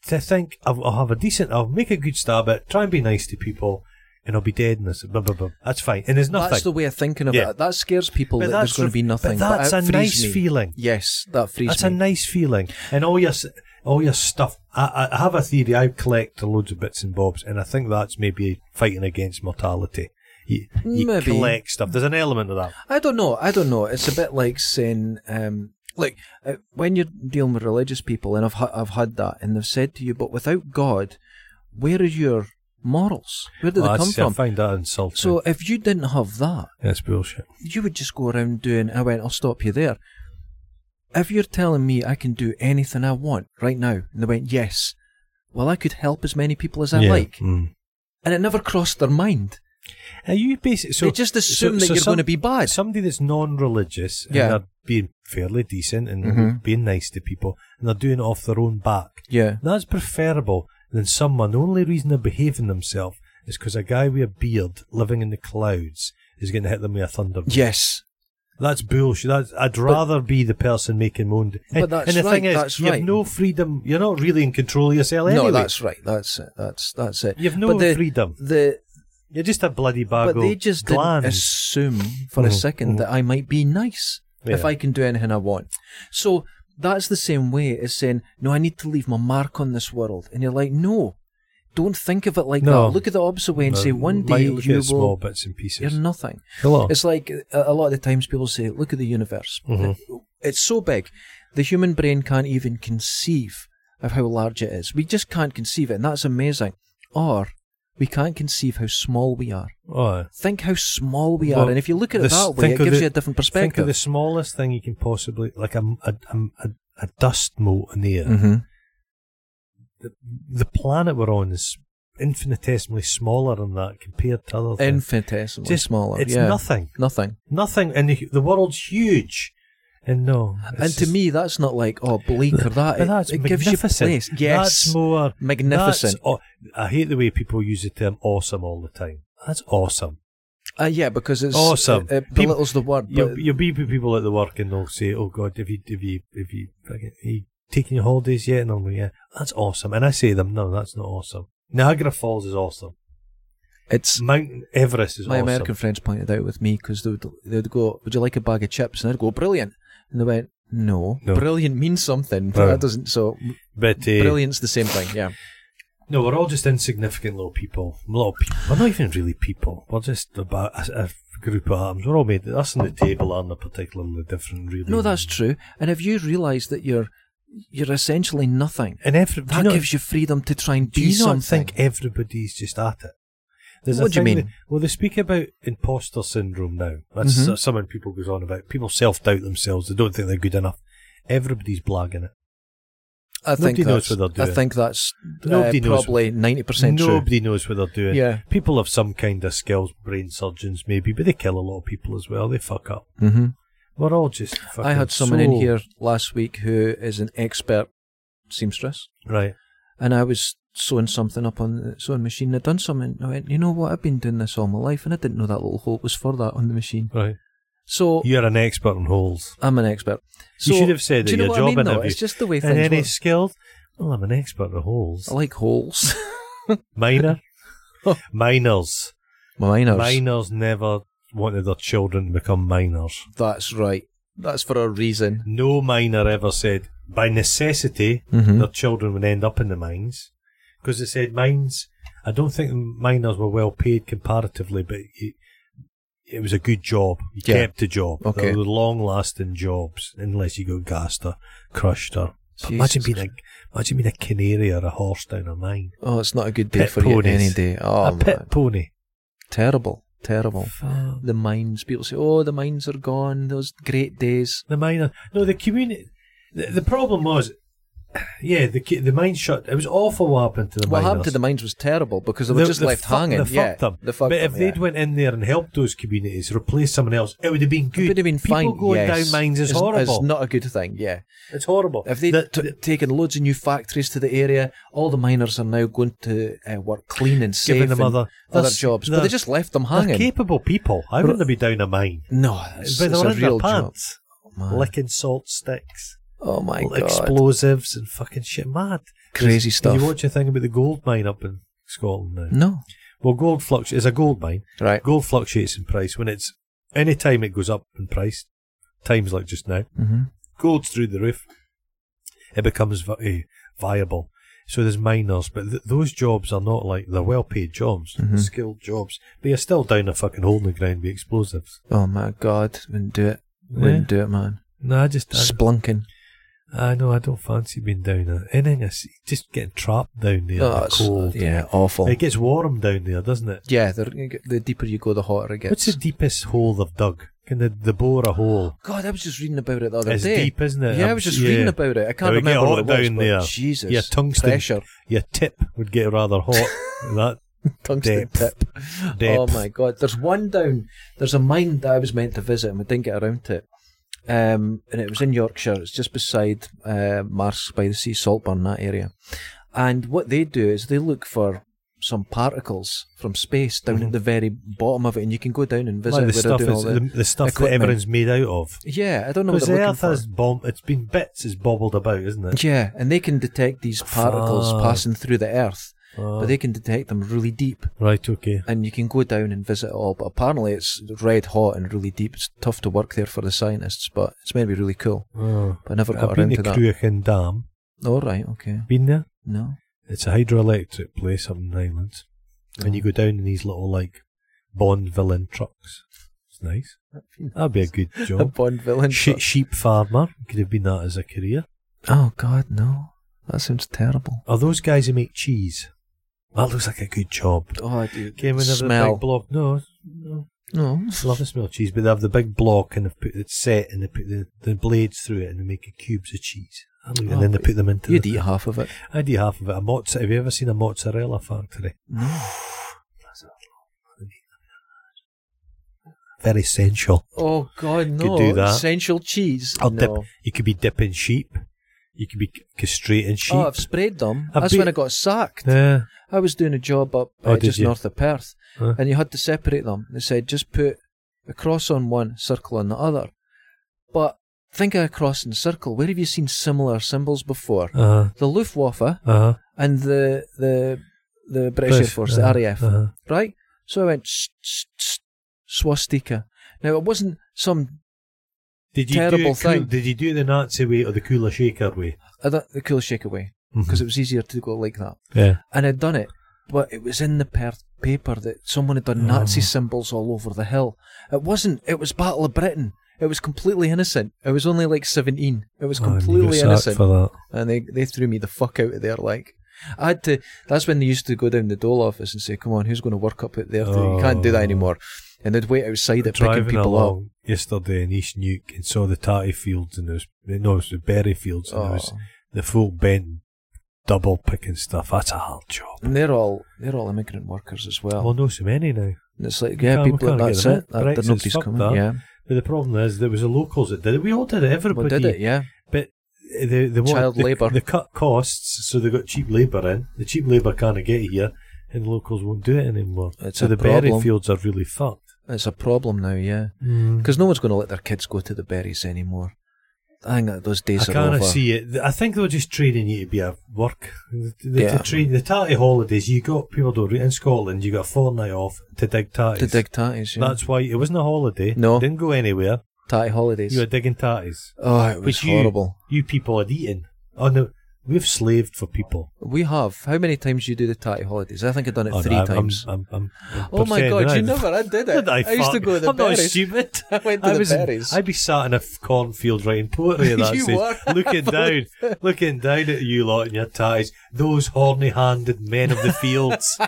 Speaker 1: to think I'll, I'll have a decent, I'll make a good stab at, it, try and be nice to people, and I'll be dead. And this, blah, blah, blah. that's fine. And there's nothing.
Speaker 2: That's the way of thinking of
Speaker 1: Yeah.
Speaker 2: it. That scares people
Speaker 1: But
Speaker 2: that there's
Speaker 1: that's
Speaker 2: going
Speaker 1: ref-
Speaker 2: to be nothing.
Speaker 1: but that's
Speaker 2: that
Speaker 1: a
Speaker 2: frees
Speaker 1: nice
Speaker 2: me.
Speaker 1: feeling.
Speaker 2: Yes, that frees
Speaker 1: That's
Speaker 2: me.
Speaker 1: a nice feeling, and all your s- all your stuff. I, I- I have a theory. I collect loads of bits and bobs, and I think that's maybe fighting against mortality. You, you
Speaker 2: Maybe.
Speaker 1: collect stuff. There's an element of that.
Speaker 2: I don't know. I don't know. It's a bit like saying, um, like uh, when you're dealing with religious people, and I've hu- I've had that, and they've said to you, "But without God, where are your morals? Where do
Speaker 1: Oh,
Speaker 2: they
Speaker 1: that's-
Speaker 2: come
Speaker 1: I
Speaker 2: from?"
Speaker 1: find that insulting.
Speaker 2: So if you didn't have that,
Speaker 1: that's bullshit.
Speaker 2: you would just go around doing. I went. I'll stop you there. If you're telling me I can do anything I want right now, and they went, "Yes," well, I could help as many people as I
Speaker 1: Yeah,
Speaker 2: like,
Speaker 1: mm.
Speaker 2: and it never crossed their mind.
Speaker 1: Are you basically so
Speaker 2: They just assume that you're gonna be bad.
Speaker 1: Somebody that's non-religious
Speaker 2: Yeah.
Speaker 1: and they're being fairly decent and
Speaker 2: Mhm.
Speaker 1: being nice to people, and they're doing it off their own back.
Speaker 2: Yeah.
Speaker 1: That's preferable than someone. The only reason they're behaving themselves is because a guy with a beard living in the clouds is going to hit them with a thunderbolt.
Speaker 2: Yes.
Speaker 1: That's bullshit. That's, I'd rather be the person making my own. And,
Speaker 2: But that's
Speaker 1: and the
Speaker 2: right,
Speaker 1: thing is,
Speaker 2: that's
Speaker 1: you
Speaker 2: right.
Speaker 1: have no freedom. You're not really in control of yourself anyway.
Speaker 2: No, that's right. That's it. That's that's it.
Speaker 1: You've no
Speaker 2: But the-
Speaker 1: freedom.
Speaker 2: The
Speaker 1: You're just a bloody bag
Speaker 2: but
Speaker 1: of
Speaker 2: they just
Speaker 1: glands.
Speaker 2: didn't assume for a
Speaker 1: Mhm,
Speaker 2: 2nd
Speaker 1: mhm.
Speaker 2: that I might be nice if
Speaker 1: Yeah.
Speaker 2: I can do anything I want. So that's the same way as saying, "No, I need to leave my mark on this world," and you're like, "No, don't think of it like
Speaker 1: No.
Speaker 2: that. Look at the opposite way and
Speaker 1: No,
Speaker 2: say one
Speaker 1: might
Speaker 2: day
Speaker 1: look
Speaker 2: you
Speaker 1: at small Oh.
Speaker 2: will.
Speaker 1: bits and
Speaker 2: You're
Speaker 1: pieces.
Speaker 2: nothing."
Speaker 1: Hello.
Speaker 2: It's like a a lot of the times people say, "Look at the universe.
Speaker 1: Mhm.
Speaker 2: It's so big, the human brain can't even conceive of how large it is. We just can't conceive it, and that's amazing. Or we can't conceive how small we are.
Speaker 1: Oh,
Speaker 2: Think how small we
Speaker 1: Well,
Speaker 2: are, and if you look at it
Speaker 1: this-
Speaker 2: that way, it
Speaker 1: think of
Speaker 2: gives
Speaker 1: the-
Speaker 2: you a different
Speaker 1: think of
Speaker 2: perspective.
Speaker 1: the smallest thing you can possibly like a a, a, a dust mote in the air.
Speaker 2: hmm
Speaker 1: the, the planet we're on is infinitesimally smaller than that compared to other things.
Speaker 2: Infinitesimally
Speaker 1: Just-
Speaker 2: smaller.
Speaker 1: It's
Speaker 2: yeah.
Speaker 1: nothing.
Speaker 2: Nothing.
Speaker 1: Nothing. And the, the world's huge. And no. it's
Speaker 2: and to
Speaker 1: just-
Speaker 2: me, that's not like oh bleak or that.
Speaker 1: but
Speaker 2: It,
Speaker 1: that's
Speaker 2: it gives you
Speaker 1: magnificent.
Speaker 2: place. Yes,
Speaker 1: That's more.
Speaker 2: magnificent.
Speaker 1: that's aw- I hate the way people use the term awesome all the time. That's awesome.
Speaker 2: Uh, yeah, because it's
Speaker 1: Awesome.
Speaker 2: It, it
Speaker 1: Peop-
Speaker 2: uh, belittles the word.
Speaker 1: You'll,
Speaker 2: but-
Speaker 1: you'll be with people at the work and they'll say, oh God, have you, have you, have you, fucking- are you taking your holidays yet? And I'm like, yeah, that's awesome. And I say to them, no, that's not awesome. Niagara Falls is awesome.
Speaker 2: it's
Speaker 1: Mount Everest is
Speaker 2: my
Speaker 1: awesome.
Speaker 2: American friends pointed out with me because they would they would go, "Would you like a bag of chips?" And I'd go, "Brilliant." And they went, "No,
Speaker 1: No.
Speaker 2: brilliant means something, but
Speaker 1: No.
Speaker 2: that doesn't." So
Speaker 1: But uh,
Speaker 2: brilliant's the same thing. Yeah,
Speaker 1: No, we're all just insignificant little people. Little people. We're not even really people. We're just about a, a group of atoms. We're all made. Us and the table aren't particularly different, really.
Speaker 2: no, that's true. And if you realise that you're you're essentially nothing,
Speaker 1: And every, do you
Speaker 2: that
Speaker 1: not,
Speaker 2: gives you freedom to try and
Speaker 1: do
Speaker 2: be
Speaker 1: you not
Speaker 2: something.
Speaker 1: think everybody's just at it? a
Speaker 2: What do
Speaker 1: thing
Speaker 2: you mean?
Speaker 1: that- well, they speak about imposter syndrome now. That's
Speaker 2: Mhm.
Speaker 1: so- something people goes on about. People self doubt themselves. They don't think they're good enough. Everybody's blagging it.
Speaker 2: I think
Speaker 1: Nobody knows
Speaker 2: that's,
Speaker 1: what they're
Speaker 2: I
Speaker 1: doing.
Speaker 2: think that's uh,
Speaker 1: Nobody knows.
Speaker 2: probably ninety percent true.
Speaker 1: Nobody knows what they're doing.
Speaker 2: Yeah.
Speaker 1: People have some kind of skills, brain surgeons maybe, but they kill a lot of people as well. They fuck up.
Speaker 2: hmm
Speaker 1: We're all just fucking
Speaker 2: I had someone in
Speaker 1: so-
Speaker 2: here last week who is an expert seamstress,
Speaker 1: Right.
Speaker 2: and I was sewing something up on the sewing machine. I'd done something. and I went, you know what? I've been doing this all my life, and I didn't know that little hole was for that on the machine.
Speaker 1: Right.
Speaker 2: So
Speaker 1: You're an expert on holes.
Speaker 2: I'm an expert. So,
Speaker 1: you should have said that
Speaker 2: do you know
Speaker 1: your
Speaker 2: what
Speaker 1: job
Speaker 2: I mean, though?
Speaker 1: interview.
Speaker 2: It's just the way
Speaker 1: and
Speaker 2: things
Speaker 1: any
Speaker 2: work.
Speaker 1: skilled? Well, I'm an expert on holes.
Speaker 2: I like holes.
Speaker 1: Miner.
Speaker 2: Oh.
Speaker 1: miners.
Speaker 2: Miners.
Speaker 1: Miners never wanted their children to become miners.
Speaker 2: That's right. That's for a reason.
Speaker 1: No miner ever said by necessity
Speaker 2: Mhm.
Speaker 1: their children would end up in the mines because they said mines. I don't think miners were well paid comparatively, but it, it was a good job. You
Speaker 2: Yeah.
Speaker 1: kept the job.
Speaker 2: Okay.
Speaker 1: They were long-lasting jobs, unless you got gassed or crushed or. But imagine
Speaker 2: Jesus
Speaker 1: being a imagine being a canary or a horse down a mine.
Speaker 2: Oh, it's not a good day
Speaker 1: Pit
Speaker 2: for you any
Speaker 1: ponies.
Speaker 2: day. Oh,
Speaker 1: a pit
Speaker 2: man.
Speaker 1: pony.
Speaker 2: terrible, terrible.
Speaker 1: Fuck.
Speaker 2: The mines. People say, "Oh, the mines are gone. Those great days."
Speaker 1: The miner. No, the community. The, the problem was, yeah, the cu- the mine shut. It was awful what happened to the
Speaker 2: what
Speaker 1: miners.
Speaker 2: happened to the mines was terrible because they were just left
Speaker 1: fuck-
Speaker 2: hanging.
Speaker 1: They
Speaker 2: yeah,
Speaker 1: fucked them.
Speaker 2: They fucked
Speaker 1: but
Speaker 2: them,
Speaker 1: if
Speaker 2: yeah.
Speaker 1: they'd went in there and helped those communities, replace someone else, it would have been good.
Speaker 2: It would have been
Speaker 1: People
Speaker 2: fine.
Speaker 1: going
Speaker 2: yes.
Speaker 1: down mines is
Speaker 2: It's-
Speaker 1: horrible.
Speaker 2: It's not a good thing. Yeah.
Speaker 1: It's horrible.
Speaker 2: If they'd
Speaker 1: The-
Speaker 2: t-
Speaker 1: the-
Speaker 2: taken loads of new factories to the area, all the miners are now going to uh, work clean and safe
Speaker 1: Giving them
Speaker 2: and
Speaker 1: other-
Speaker 2: other
Speaker 1: that's-
Speaker 2: jobs. But
Speaker 1: they're-
Speaker 2: they just left them
Speaker 1: they're
Speaker 2: hanging.
Speaker 1: capable people. I wouldn't be down a mine.
Speaker 2: no, it's,
Speaker 1: but they're
Speaker 2: it's a
Speaker 1: in their
Speaker 2: real job.
Speaker 1: pants,
Speaker 2: man.
Speaker 1: licking salt sticks,
Speaker 2: oh my god.
Speaker 1: explosives, and fucking shit. Mad.
Speaker 2: Crazy
Speaker 1: Did
Speaker 2: stuff.
Speaker 1: You watch a thing about the gold mine up in Scotland now.
Speaker 2: No.
Speaker 1: Well, gold fluctuates. It's a gold mine.
Speaker 2: Right.
Speaker 1: Gold fluctuates in price when it's any time it goes up in price, times like just now.
Speaker 2: Mm-hmm.
Speaker 1: Gold's through the roof. It becomes vi- eh, viable. So there's miners, but th- those jobs are not like they're well-paid jobs,
Speaker 2: Mhm.
Speaker 1: skilled jobs. But you're still down a fucking hole in the ground with explosives.
Speaker 2: Oh my god. Wouldn't do it. Wouldn't do it, man.
Speaker 1: No, I just, I,
Speaker 2: Splunking.
Speaker 1: I know, I don't fancy being down there. Anything I see, just getting trapped down there, in
Speaker 2: Oh,
Speaker 1: the
Speaker 2: it's-
Speaker 1: cold.
Speaker 2: yeah, awful.
Speaker 1: It gets warm down there, doesn't it?
Speaker 2: Yeah, the, the deeper you go, the hotter it gets.
Speaker 1: What's the deepest hole they've dug? Can they, they bore a hole?
Speaker 2: God, I was just reading about it the other
Speaker 1: It's
Speaker 2: day.
Speaker 1: deep, isn't it?
Speaker 2: Yeah, i
Speaker 1: I'm-
Speaker 2: was just
Speaker 1: yeah.
Speaker 2: reading about it. I can't
Speaker 1: Yeah, we get
Speaker 2: remember
Speaker 1: a
Speaker 2: what
Speaker 1: lot
Speaker 2: it was,
Speaker 1: down
Speaker 2: but
Speaker 1: there.
Speaker 2: Jesus,
Speaker 1: Yeah, tungsten.
Speaker 2: pressure,
Speaker 1: Your tip would get rather hot. in that
Speaker 2: tungsten
Speaker 1: Depth.
Speaker 2: tip. Oh
Speaker 1: depth.
Speaker 2: my God, there's one down. There's a mine that I was meant to visit and we didn't get around to it. Um, and it was in Yorkshire. It's just beside uh, Mars by the Sea, Saltburn, that area. And what they do is they look for some particles from space down at the very bottom of it, and you can go down and visit
Speaker 1: Mm-hmm. Like the stuff,
Speaker 2: where they're doing
Speaker 1: is,
Speaker 2: all
Speaker 1: the,
Speaker 2: the.
Speaker 1: the stuff that
Speaker 2: equipment.
Speaker 1: everyone's made out of.
Speaker 2: Yeah, I don't know what
Speaker 1: Because
Speaker 2: they're
Speaker 1: the
Speaker 2: looking
Speaker 1: Earth
Speaker 2: for.
Speaker 1: has bomb. It's been bits. It's bobbled about, isn't it?
Speaker 2: Yeah, and they can detect these particles
Speaker 1: Fuck.
Speaker 2: passing through the Earth,
Speaker 1: Oh,
Speaker 2: but they can detect them really deep,
Speaker 1: right. Okay.
Speaker 2: and you can go down and visit it all. But apparently, it's red hot and really deep. It's tough to work there for the scientists, but it's meant to be really cool.
Speaker 1: Oh.
Speaker 2: But I never got
Speaker 1: I've
Speaker 2: around
Speaker 1: been to
Speaker 2: to that.
Speaker 1: Cruachan Dam.
Speaker 2: All right, okay,
Speaker 1: Been there.
Speaker 2: no,
Speaker 1: It's a hydroelectric place up in the islands, and you go down in these little like Bond villain trucks. It's nice. That'd be a good
Speaker 2: a
Speaker 1: job.
Speaker 2: Bond villain.
Speaker 1: She-
Speaker 2: but-
Speaker 1: sheep farmer could have been that as a career.
Speaker 2: oh God, no, that sounds terrible.
Speaker 1: Are those guys who make cheese? That looks like a good job.
Speaker 2: Oh, dude,
Speaker 1: Came in with a
Speaker 2: smell.
Speaker 1: big block. No, no.
Speaker 2: No,
Speaker 1: I love the smell of cheese, but they have the big block and they've put it set and they put the, the blades through it and they make a cubes of cheese. I look-
Speaker 2: Oh,
Speaker 1: and then they
Speaker 2: but
Speaker 1: put them into.
Speaker 2: you'd
Speaker 1: the,
Speaker 2: eat half of it.
Speaker 1: I'd eat half of it. A mozzarella. Have you ever seen a mozzarella factory?
Speaker 2: No.
Speaker 1: Very sensual.
Speaker 2: Oh God, no!
Speaker 1: do that.
Speaker 2: Essential cheese.
Speaker 1: I'll
Speaker 2: no.
Speaker 1: dip. You could be dipping sheep. You could be castrating sheep.
Speaker 2: Oh, I've sprayed them.
Speaker 1: I've
Speaker 2: That's
Speaker 1: been-
Speaker 2: when I got sacked.
Speaker 1: yeah. Uh-huh.
Speaker 2: I was doing a job up
Speaker 1: Oh,
Speaker 2: uh,
Speaker 1: did
Speaker 2: just
Speaker 1: you?
Speaker 2: north of Perth,
Speaker 1: Huh.
Speaker 2: and you had to separate them. They said just put a cross on one, circle on the other. But think of a cross and circle. Where have you seen similar symbols before?
Speaker 1: Uh huh.
Speaker 2: The Luftwaffe
Speaker 1: Uh huh.
Speaker 2: and the the the British Air Force, the RAF,
Speaker 1: Uh-huh.
Speaker 2: right? So I went "Sh- sh- sh- swastika. Now it wasn't some
Speaker 1: Did you do
Speaker 2: Terrible
Speaker 1: it cool-
Speaker 2: thing.
Speaker 1: Did you do it the Nazi way or the cooler shaker way? Mm-hmm.
Speaker 2: I don't- the cool shake away Mm-hmm. because it was easier to go like that.
Speaker 1: Yeah.
Speaker 2: and I'd done it, but it was in the Perth paper that someone had
Speaker 1: Oh.
Speaker 2: done Nazi symbols all over the hill. It wasn't. It was Battle of Britain. It was completely innocent. I was only like seventeen. It was
Speaker 1: Oh, and you got
Speaker 2: completely
Speaker 1: sacked
Speaker 2: innocent,
Speaker 1: for that.
Speaker 2: and they they threw me the fuck out of there. Like I had to. That's when they used to go down the dole office and say, "Come on, who's going to work up at there? today? You can't do that
Speaker 1: Oh.
Speaker 2: anymore." And they'd wait outside it, picking
Speaker 1: driving
Speaker 2: people up.
Speaker 1: along yesterday in East Nuke and saw the tatty fields and those no, it was the berry fields and there was
Speaker 2: Oh.
Speaker 1: the full bent, double picking stuff, that's a hard job.
Speaker 2: And they're all they're all immigrant workers as well.
Speaker 1: Well, no, so many now.
Speaker 2: and it's like
Speaker 1: we
Speaker 2: yeah,
Speaker 1: can't- we
Speaker 2: people.
Speaker 1: can't
Speaker 2: That's
Speaker 1: get them
Speaker 2: it.
Speaker 1: out.
Speaker 2: That, that
Speaker 1: Brexit's
Speaker 2: nobody's
Speaker 1: fucked
Speaker 2: coming.
Speaker 1: that.
Speaker 2: Yeah,
Speaker 1: But the problem is, there was the locals that did it. We all did it.
Speaker 2: well,
Speaker 1: Everybody
Speaker 2: did it? Yeah,
Speaker 1: But they, they want,
Speaker 2: Child
Speaker 1: they,
Speaker 2: labour.
Speaker 1: They cut costs, so they got cheap labour in. The cheap labour can't get here, and locals won't do it anymore.
Speaker 2: It's
Speaker 1: so
Speaker 2: a
Speaker 1: the berry
Speaker 2: problem.
Speaker 1: fields are really fucked.
Speaker 2: it's a problem now. Yeah, because no one's going to let their kids go to the berries anymore. I think that those
Speaker 1: I
Speaker 2: days are
Speaker 1: kind
Speaker 2: over.
Speaker 1: of see it. I think they're just training you to be a work. The, the,
Speaker 2: Yeah.
Speaker 1: the, train, the tarty holidays, you got people don't re- in Scotland. You got a fortnight off to dig
Speaker 2: to
Speaker 1: tatties.
Speaker 2: dig tatties. Yeah.
Speaker 1: That's why it wasn't a holiday.
Speaker 2: No.
Speaker 1: didn't go anywhere.
Speaker 2: Tatty holidays.
Speaker 1: You were digging tatties.
Speaker 2: oh, it was
Speaker 1: But you-
Speaker 2: horrible.
Speaker 1: You people had eaten. Oh no, we've slaved for people.
Speaker 2: We have. How many times you do the tatty holidays? I think I've done it
Speaker 1: Oh, no,
Speaker 2: three
Speaker 1: I'm-
Speaker 2: times.
Speaker 1: I'm, I'm, I'm,
Speaker 2: oh my
Speaker 1: pretending.
Speaker 2: god, you
Speaker 1: I-
Speaker 2: never! I did it.
Speaker 1: I,
Speaker 2: I, used to
Speaker 1: fuck?
Speaker 2: go to the
Speaker 1: I'm not
Speaker 2: berries.
Speaker 1: stupid.
Speaker 2: I went to
Speaker 1: I
Speaker 2: the
Speaker 1: was in-
Speaker 2: berries.
Speaker 1: I'd be sat in a f- cornfield writing poetry at that
Speaker 2: You
Speaker 1: stage,
Speaker 2: were.
Speaker 1: looking down, looking down at you lot in your ties. Those horny-handed men of the fields.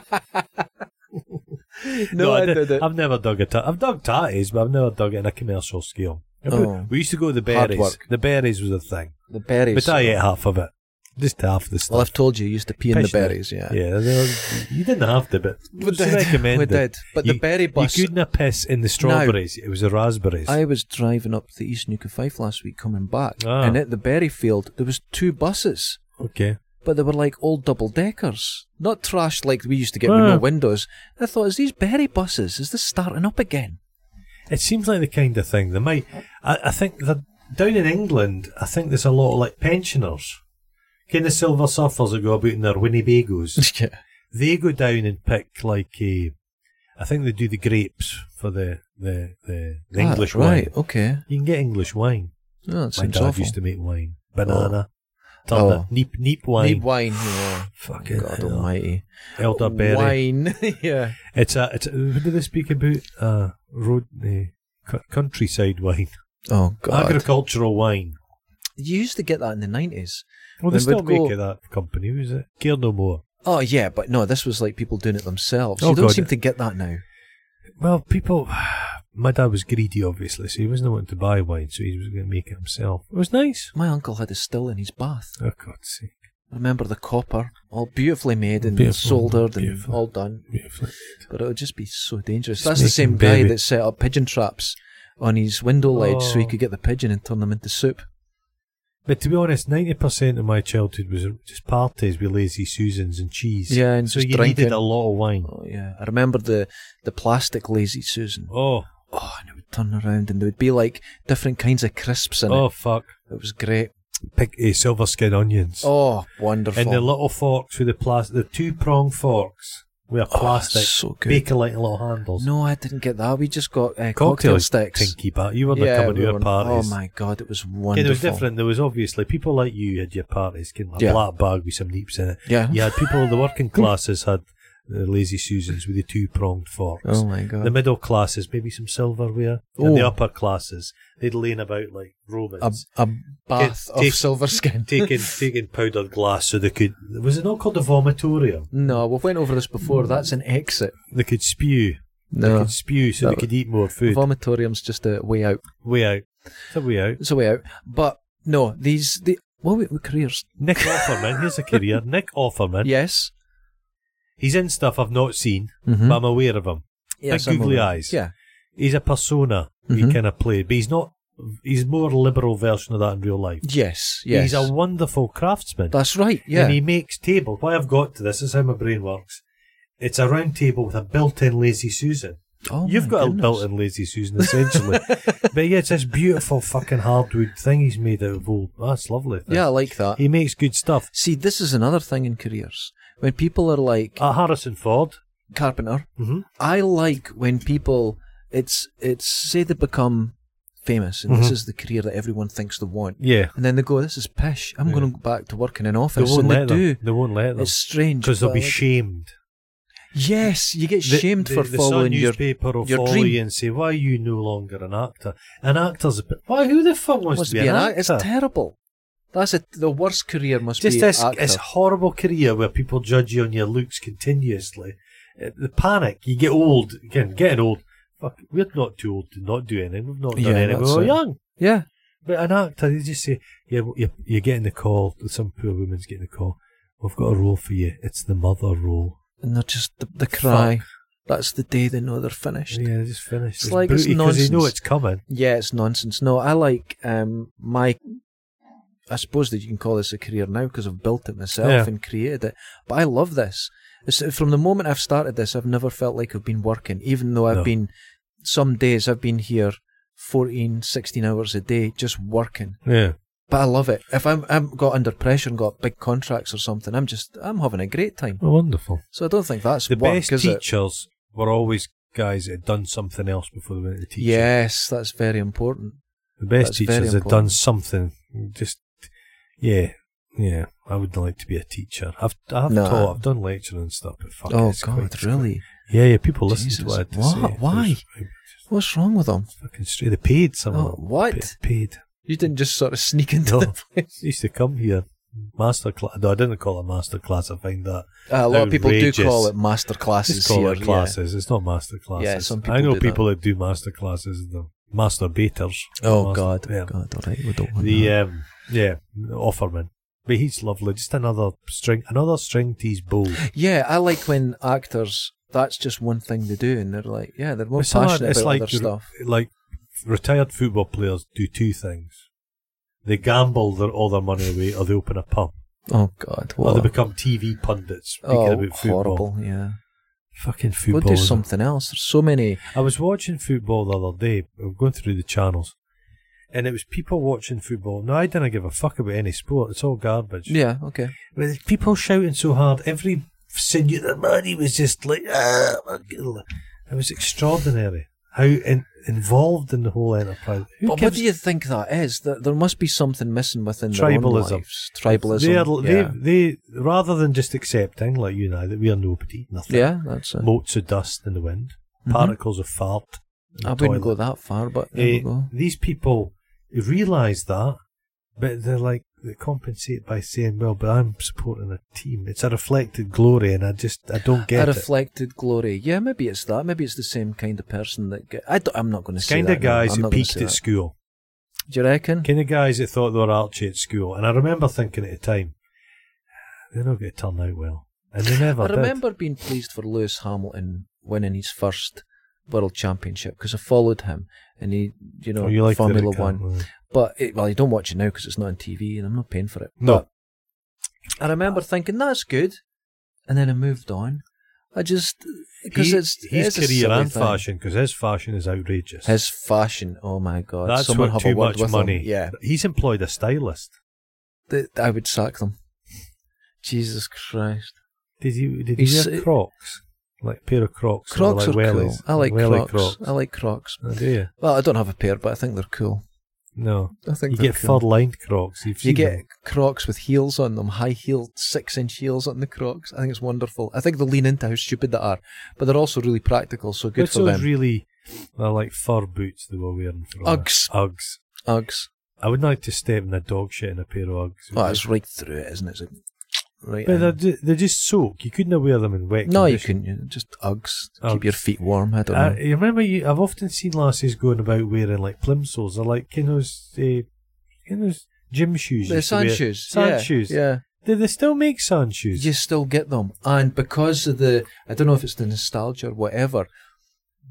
Speaker 2: no, I, did, it.
Speaker 1: I've never dug a tie. I've dug ties, but I've never dug it in a commercial scale. Remember,
Speaker 2: Oh.
Speaker 1: We used to go to the
Speaker 2: Hard
Speaker 1: berries.
Speaker 2: work.
Speaker 1: The berries was a thing,
Speaker 2: the berries.
Speaker 1: but I uh, ate half of it, just half the
Speaker 2: well,
Speaker 1: stuff.
Speaker 2: I've told you, you used to pee in the
Speaker 1: Pitched it.
Speaker 2: berries. Yeah.
Speaker 1: yeah, they were- you didn't have to, but it
Speaker 2: We
Speaker 1: was
Speaker 2: did. We
Speaker 1: recommended.
Speaker 2: did. But the
Speaker 1: You-
Speaker 2: berry bus-
Speaker 1: You couldn't have piss in the strawberries. it was the raspberries.
Speaker 2: I was driving up the East Nuka Fife last week coming back,
Speaker 1: Ah.
Speaker 2: and at the berry field there was two buses,
Speaker 1: okay.
Speaker 2: but they were like old double deckers, not trashed like we used to get with
Speaker 1: Ah.
Speaker 2: no windows. I thought, is these berry buses? Is this starting up again?
Speaker 1: It seems like the kind of thing they might. I, I think that down in England, I think there's a lot of like pensioners. Kind of silver surfers that go about in their Winnebagos.
Speaker 2: yeah.
Speaker 1: they go down and pick like a. I think they do the grapes for the the the, the
Speaker 2: Ah,
Speaker 1: English
Speaker 2: right?
Speaker 1: wine.
Speaker 2: Okay.
Speaker 1: You can get English wine.
Speaker 2: Oh, that
Speaker 1: My
Speaker 2: seems
Speaker 1: dad
Speaker 2: awful.
Speaker 1: used to make wine. Banana,
Speaker 2: Oh.
Speaker 1: turnip, neep neep wine, uh,
Speaker 2: Need wine. Yeah.
Speaker 1: Fucking
Speaker 2: God
Speaker 1: hell.
Speaker 2: Almighty.
Speaker 1: elderberry.
Speaker 2: Wine. yeah.
Speaker 1: It's a it's. A, what do they speak about? Uh, road, uh, countryside wine,
Speaker 2: Oh God.
Speaker 1: agricultural wine.
Speaker 2: you used to get that in the nineties.
Speaker 1: Well, they
Speaker 2: Then we'd
Speaker 1: still make
Speaker 2: go-
Speaker 1: it that company, was it? Care no more.
Speaker 2: Oh yeah, but no, this was like people doing it themselves.
Speaker 1: Oh,
Speaker 2: you don't
Speaker 1: God.
Speaker 2: seem to get that now.
Speaker 1: Well, people. My dad was greedy, obviously, so he wasn't wanting to buy wine, so he was going to make it himself. It was nice.
Speaker 2: My uncle had a still in his bath.
Speaker 1: Oh God's sake!
Speaker 2: Remember the copper, all beautifully made and
Speaker 1: Beautiful,
Speaker 2: soldered and
Speaker 1: beautiful.
Speaker 2: all done.
Speaker 1: Beautiful.
Speaker 2: But it would just be so dangerous.
Speaker 1: Just
Speaker 2: That's the
Speaker 1: making
Speaker 2: same guy
Speaker 1: baby.
Speaker 2: that set up pigeon traps on his window ledge so he
Speaker 1: Oh.
Speaker 2: could get the pigeon and turn them into soup.
Speaker 1: But to be honest, ninety percent of my childhood was just parties with lazy susans and cheese.
Speaker 2: Yeah, and
Speaker 1: so
Speaker 2: just
Speaker 1: you needed
Speaker 2: drinking.
Speaker 1: a lot of wine.
Speaker 2: Oh yeah, I remember the the plastic lazy Susan.
Speaker 1: Oh,
Speaker 2: Oh, and it would turn around and there would be like different kinds of crisps in
Speaker 1: oh fuck!
Speaker 2: it. It was great.
Speaker 1: Pick a silver skin onions.
Speaker 2: Oh, wonderful.
Speaker 1: And the little forks with the plastic, the two prong forks with a
Speaker 2: Oh,
Speaker 1: plastic
Speaker 2: so good.
Speaker 1: baker like little handles.
Speaker 2: No, I didn't get that. We just got uh, cocktail,
Speaker 1: cocktail
Speaker 2: sticks.
Speaker 1: Pinky bat. You were not
Speaker 2: Yeah,
Speaker 1: coming
Speaker 2: we
Speaker 1: to
Speaker 2: were-
Speaker 1: your parties.
Speaker 2: Oh my god, it was wonderful.
Speaker 1: Okay, there was different. There was obviously people like you had your parties, kind of a
Speaker 2: Yeah.
Speaker 1: black bag with some neeps in it.
Speaker 2: Yeah.
Speaker 1: You had people, the working classes had the lazy Susans with the two pronged forks.
Speaker 2: Oh my god.
Speaker 1: The middle classes, maybe some silverware.
Speaker 2: Oh. Um,
Speaker 1: And the upper classes, they'd laying about like
Speaker 2: a,
Speaker 1: Romans.
Speaker 2: a bath
Speaker 1: Get-
Speaker 2: of
Speaker 1: take-
Speaker 2: silver skin.
Speaker 1: taking taking powdered glass so they could was it not called the vomitorium?
Speaker 2: no, we've went over this before. That's an exit.
Speaker 1: They could spew. They
Speaker 2: No,
Speaker 1: could spew so
Speaker 2: That
Speaker 1: they could eat more food.
Speaker 2: vomitorium's just a way out.
Speaker 1: way out. It's a way out.
Speaker 2: It's a way out. But no, these the what were careers?
Speaker 1: Nick Offerman, here's a career. Nick Offerman.
Speaker 2: Yes.
Speaker 1: He's in stuff I've not seen,
Speaker 2: Mhm.
Speaker 1: but I'm aware of him.
Speaker 2: Yes,
Speaker 1: Big
Speaker 2: I'm
Speaker 1: Mm-hmm. googly
Speaker 2: aware.
Speaker 1: eyes.
Speaker 2: Yeah.
Speaker 1: He's a persona
Speaker 2: Mhm.
Speaker 1: he kind of played, but he's not. He's more liberal version of that in real life.
Speaker 2: Yes. Yes.
Speaker 1: He's a wonderful craftsman.
Speaker 2: That's right. Yeah.
Speaker 1: And he makes table. Why I've got to this is how my brain works. It's a round table with a built-in lazy susan.
Speaker 2: oh,
Speaker 1: You've
Speaker 2: my
Speaker 1: got a
Speaker 2: goodness.
Speaker 1: built-in lazy susan essentially, but yeah, it's this beautiful fucking hardwood thing he's made out of old. That's lovely. thing.
Speaker 2: Yeah, I like that.
Speaker 1: he makes good stuff.
Speaker 2: See, this is another thing in careers. When people are like
Speaker 1: Uh, Harrison Ford.
Speaker 2: carpenter,
Speaker 1: hmm
Speaker 2: I like when people it's it's say they become famous and this
Speaker 1: Mhm.
Speaker 2: is the career that everyone thinks they want.
Speaker 1: Yeah.
Speaker 2: And then they go, This is pish. I'm
Speaker 1: Yeah.
Speaker 2: gonna go back to work in an
Speaker 1: They
Speaker 2: office
Speaker 1: won't
Speaker 2: and they
Speaker 1: let them.
Speaker 2: do.
Speaker 1: They won't let them
Speaker 2: It's strange.
Speaker 1: because they'll
Speaker 2: but
Speaker 1: be
Speaker 2: I like-
Speaker 1: shamed.
Speaker 2: Yes, you get
Speaker 1: The-
Speaker 2: shamed
Speaker 1: the-
Speaker 2: for
Speaker 1: the
Speaker 2: following
Speaker 1: Sun
Speaker 2: your
Speaker 1: newspaper will
Speaker 2: your
Speaker 1: follow
Speaker 2: dream.
Speaker 1: you and say why are you no longer an actor. An actor's a bit. Why who the fuck wants,
Speaker 2: must
Speaker 1: to be, an,
Speaker 2: act-
Speaker 1: actor?
Speaker 2: It's terrible. That's a, the worst career must
Speaker 1: Just
Speaker 2: be
Speaker 1: this,
Speaker 2: actor.
Speaker 1: this horrible career where people judge you on your looks continuously. Uh, The panic. You get old again. Getting old. Fuck, we're not too old to not do anything. We've not done
Speaker 2: Yeah,
Speaker 1: anything.
Speaker 2: that's
Speaker 1: We were
Speaker 2: it.
Speaker 1: young.
Speaker 2: yeah.
Speaker 1: But an actor, they just say, yeah, well, you're, you're getting the call. Some poor woman's getting the call. We've got a role for you. It's the mother role.
Speaker 2: And they're just the, the cry. That's the day they know they're finished.
Speaker 1: Yeah, they just finished.
Speaker 2: It's like it's
Speaker 1: because they know
Speaker 2: nonsense.
Speaker 1: it's coming.
Speaker 2: Yeah, it's nonsense. No, I like um, my. I suppose that you can call this a career now because I've built it myself
Speaker 1: Yeah.
Speaker 2: and created it. But I love this. It's, from the moment I've started this, I've never felt like I've been working, even though I've
Speaker 1: No.
Speaker 2: been. Some days I've been here 14, 16 hours a day just working.
Speaker 1: Yeah,
Speaker 2: But I love it. If I'm, I'm got under pressure and got big contracts or something, I'm just I'm having a great time.
Speaker 1: well, wonderful.
Speaker 2: So I don't think that's
Speaker 1: The
Speaker 2: work,
Speaker 1: best
Speaker 2: is it?
Speaker 1: teachers were always guys that had done something else before they went to teaching.
Speaker 2: Yes, that's very important.
Speaker 1: the best
Speaker 2: that's very
Speaker 1: teachers had done
Speaker 2: important.
Speaker 1: something. Just yeah, yeah. I would like to be a teacher. I've I've
Speaker 2: Nah.
Speaker 1: taught. I've done lecturing and stuff. But fuck,
Speaker 2: oh
Speaker 1: it's
Speaker 2: God,
Speaker 1: quite-
Speaker 2: really?
Speaker 1: Yeah, yeah. People listen
Speaker 2: Jesus,
Speaker 1: to what I had to
Speaker 2: what?
Speaker 1: say. It
Speaker 2: Why?
Speaker 1: was- it was
Speaker 2: What's wrong with them?
Speaker 1: Fucking straight. They paid some.
Speaker 2: Oh,
Speaker 1: of them.
Speaker 2: what?
Speaker 1: Pa- paid.
Speaker 2: You didn't just sort of sneak into
Speaker 1: No.
Speaker 2: the place.
Speaker 1: They used to come here. Master class. No, I didn't call it master class. I find that
Speaker 2: Uh, a lot of people do
Speaker 1: Outrageous.
Speaker 2: call it master classes
Speaker 1: just call
Speaker 2: here.
Speaker 1: it
Speaker 2: yeah.
Speaker 1: classes. It's not master classes.
Speaker 2: some
Speaker 1: I
Speaker 2: people
Speaker 1: know
Speaker 2: do that.
Speaker 1: people that. do master classes. The masturbators.
Speaker 2: Oh
Speaker 1: Master-
Speaker 2: God,
Speaker 1: yeah.
Speaker 2: God, all right, we don't want
Speaker 1: The
Speaker 2: that.
Speaker 1: um, yeah, Offerman. But he's lovely. Just another string, another string to his bow.
Speaker 2: yeah, I like when actors. That's just one thing they do, and they're like, yeah, they're more
Speaker 1: But some are-
Speaker 2: passionate about
Speaker 1: like
Speaker 2: other
Speaker 1: you're-
Speaker 2: stuff.
Speaker 1: Like retired football players do two things: they gamble their all their money away, or they open a pub,
Speaker 2: Oh God,
Speaker 1: or
Speaker 2: what?
Speaker 1: they
Speaker 2: a-
Speaker 1: become TV pundits speaking
Speaker 2: oh,
Speaker 1: about football.
Speaker 2: horrible! Yeah,
Speaker 1: Fucking
Speaker 2: go
Speaker 1: football.
Speaker 2: do
Speaker 1: isn't it?
Speaker 2: something else. There's so many.
Speaker 1: I was watching football the other day. I was going through the channels, and it was people watching football. Now I didn't give a fuck about any sport. It's all garbage.
Speaker 2: Yeah, okay.
Speaker 1: But there's people shouting so hard, every sinew of their body was just like, ah, my God." it was extraordinary how in, involved in the whole enterprise. Who
Speaker 2: but what
Speaker 1: gives
Speaker 2: do you think that is? That there must be something missing within
Speaker 1: Tribalism.
Speaker 2: Their own lives. Tribalism.
Speaker 1: They are, they,
Speaker 2: yeah.
Speaker 1: they, rather than just accepting, like you and I, that we are nobody, nothing,
Speaker 2: yeah, that's it.
Speaker 1: motes of dust in the wind,
Speaker 2: Mhm.
Speaker 1: particles of fart. in the
Speaker 2: I
Speaker 1: toilet.
Speaker 2: wouldn't go that far, but there
Speaker 1: Eh,
Speaker 2: we go.
Speaker 1: these people realise that, but they're like they compensate by saying, "Well, but I'm supporting a team. It's a reflected glory, and I just I don't get
Speaker 2: a
Speaker 1: it."
Speaker 2: reflected glory. Yeah, maybe it's that. Maybe it's the same kind of person that. Get, I don't, I'm not going to
Speaker 1: It's
Speaker 2: say
Speaker 1: kind
Speaker 2: that.
Speaker 1: of guys who
Speaker 2: no. I'm not gonna
Speaker 1: peaked at
Speaker 2: say that. Hmm.
Speaker 1: school.
Speaker 2: Do you reckon?
Speaker 1: Kind of guys that thought they were Archie at school, and I remember thinking at the time, "They're not going to turn out well," and they never
Speaker 2: I
Speaker 1: did.
Speaker 2: remember being pleased for Lewis Hamilton winning his first world championship because I followed him and he, you know,
Speaker 1: Oh, you like the
Speaker 2: Formula
Speaker 1: Rick
Speaker 2: One.
Speaker 1: Hunt,
Speaker 2: But it, well, you don't watch it now because it's not on TV, and I'm not paying for it.
Speaker 1: No.
Speaker 2: But I remember thinking that's good, and then I moved on. I just
Speaker 1: yeah.
Speaker 2: because
Speaker 1: He,
Speaker 2: it's
Speaker 1: his
Speaker 2: it's a
Speaker 1: career
Speaker 2: silly
Speaker 1: and
Speaker 2: thing.
Speaker 1: fashion, because his fashion is outrageous.
Speaker 2: His fashion, oh my god!
Speaker 1: That's
Speaker 2: Someone
Speaker 1: what
Speaker 2: have a
Speaker 1: too
Speaker 2: word
Speaker 1: much
Speaker 2: with him.
Speaker 1: money.
Speaker 2: Yeah,
Speaker 1: he's employed a stylist.
Speaker 2: th- I would sack them. Jesus Christ!
Speaker 1: Did you did
Speaker 2: He's-
Speaker 1: you wear Crocs? Like a pair of Crocs. or
Speaker 2: Crocs
Speaker 1: like
Speaker 2: are cool.
Speaker 1: wellies?
Speaker 2: I like
Speaker 1: Welly
Speaker 2: Crocs. I like Crocs.
Speaker 1: Oh, do you?
Speaker 2: Well, I don't have a pair, but I think they're cool.
Speaker 1: No.
Speaker 2: I think
Speaker 1: You
Speaker 2: they're
Speaker 1: get
Speaker 2: cool.
Speaker 1: fur lined Crocs. You've
Speaker 2: You
Speaker 1: seen
Speaker 2: get
Speaker 1: them.
Speaker 2: Crocs with heels on them, high heeled six inch heels on the Crocs. I think it's wonderful. I think they lean into how stupid they are, but they're also really practical, so good
Speaker 1: What's
Speaker 2: for
Speaker 1: those
Speaker 2: them.
Speaker 1: really well, like fur boots they were wearing for a while?
Speaker 2: Uggs.
Speaker 1: Uggs.
Speaker 2: Uggs.
Speaker 1: I wouldn't like to step in a dog shit in a pair of Uggs.
Speaker 2: Oh, it's right through it, isn't it? It's like, right.
Speaker 1: but
Speaker 2: in.
Speaker 1: they're, ju- they just soak. You couldn't wear them in wet
Speaker 2: no, you
Speaker 1: conditions.
Speaker 2: couldn't. you- Just Uggs.
Speaker 1: Uggs.
Speaker 2: Keep your feet warm. I don't
Speaker 1: I,
Speaker 2: know.
Speaker 1: you remember, you, I've often seen lasses going about wearing like plimsolls. They're like kind of those, uh, kind of those gym shoes. you
Speaker 2: The
Speaker 1: used to wear.
Speaker 2: sand shoes.
Speaker 1: Sand
Speaker 2: yeah,
Speaker 1: shoes.
Speaker 2: Yeah.
Speaker 1: Do they still make sand shoes?
Speaker 2: You still get them. And because of the, I don't know if it's the nostalgia or whatever,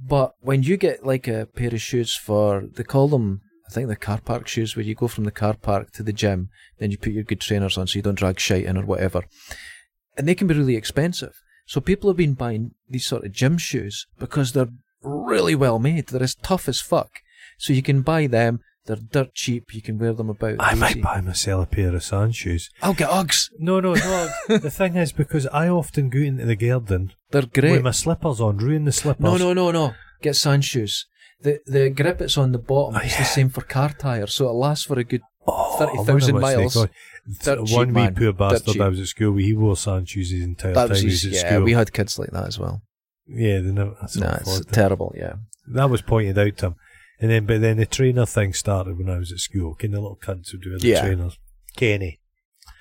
Speaker 2: but when you get like a pair of shoes for, they call them, I think the car park shoes, where you go from the car park to the gym, then you put your good trainers on so you don't drag shite in or whatever. And they can be really expensive. So people have been buying these sort of gym shoes because they're really well made. They're as tough as fuck. So you can buy them. They're dirt cheap. You can wear them about.
Speaker 1: I might
Speaker 2: easy.
Speaker 1: buy myself a pair of sand shoes.
Speaker 2: I'll get Uggs.
Speaker 1: No, no, no. the thing is, because I often go into the garden
Speaker 2: They're great.
Speaker 1: with my slippers on, ruin the slippers.
Speaker 2: No, no, no, no. Get sand shoes. The the grip that's on the bottom
Speaker 1: Oh,
Speaker 2: is
Speaker 1: yeah.
Speaker 2: the same for car tyres, so it lasts for a good.
Speaker 1: Oh,
Speaker 2: 30,000
Speaker 1: I wonder what's they
Speaker 2: miles.
Speaker 1: call-
Speaker 2: Dirt
Speaker 1: Th-
Speaker 2: cheap,
Speaker 1: One wee
Speaker 2: man.
Speaker 1: poor
Speaker 2: Dirt
Speaker 1: bastard
Speaker 2: cheap.
Speaker 1: I was at school, he wore sand shoes his entire
Speaker 2: That
Speaker 1: time
Speaker 2: was
Speaker 1: he was
Speaker 2: easy.
Speaker 1: at
Speaker 2: Yeah,
Speaker 1: school.
Speaker 2: we had kids like that as well.
Speaker 1: yeah, they never. That's
Speaker 2: No,
Speaker 1: not
Speaker 2: it's
Speaker 1: affordable.
Speaker 2: terrible. Yeah,
Speaker 1: that was pointed out to him. And then, but then the trainer thing started when I was at school. Kind of little cunts would do the
Speaker 2: Yeah.
Speaker 1: trainers. Kenny,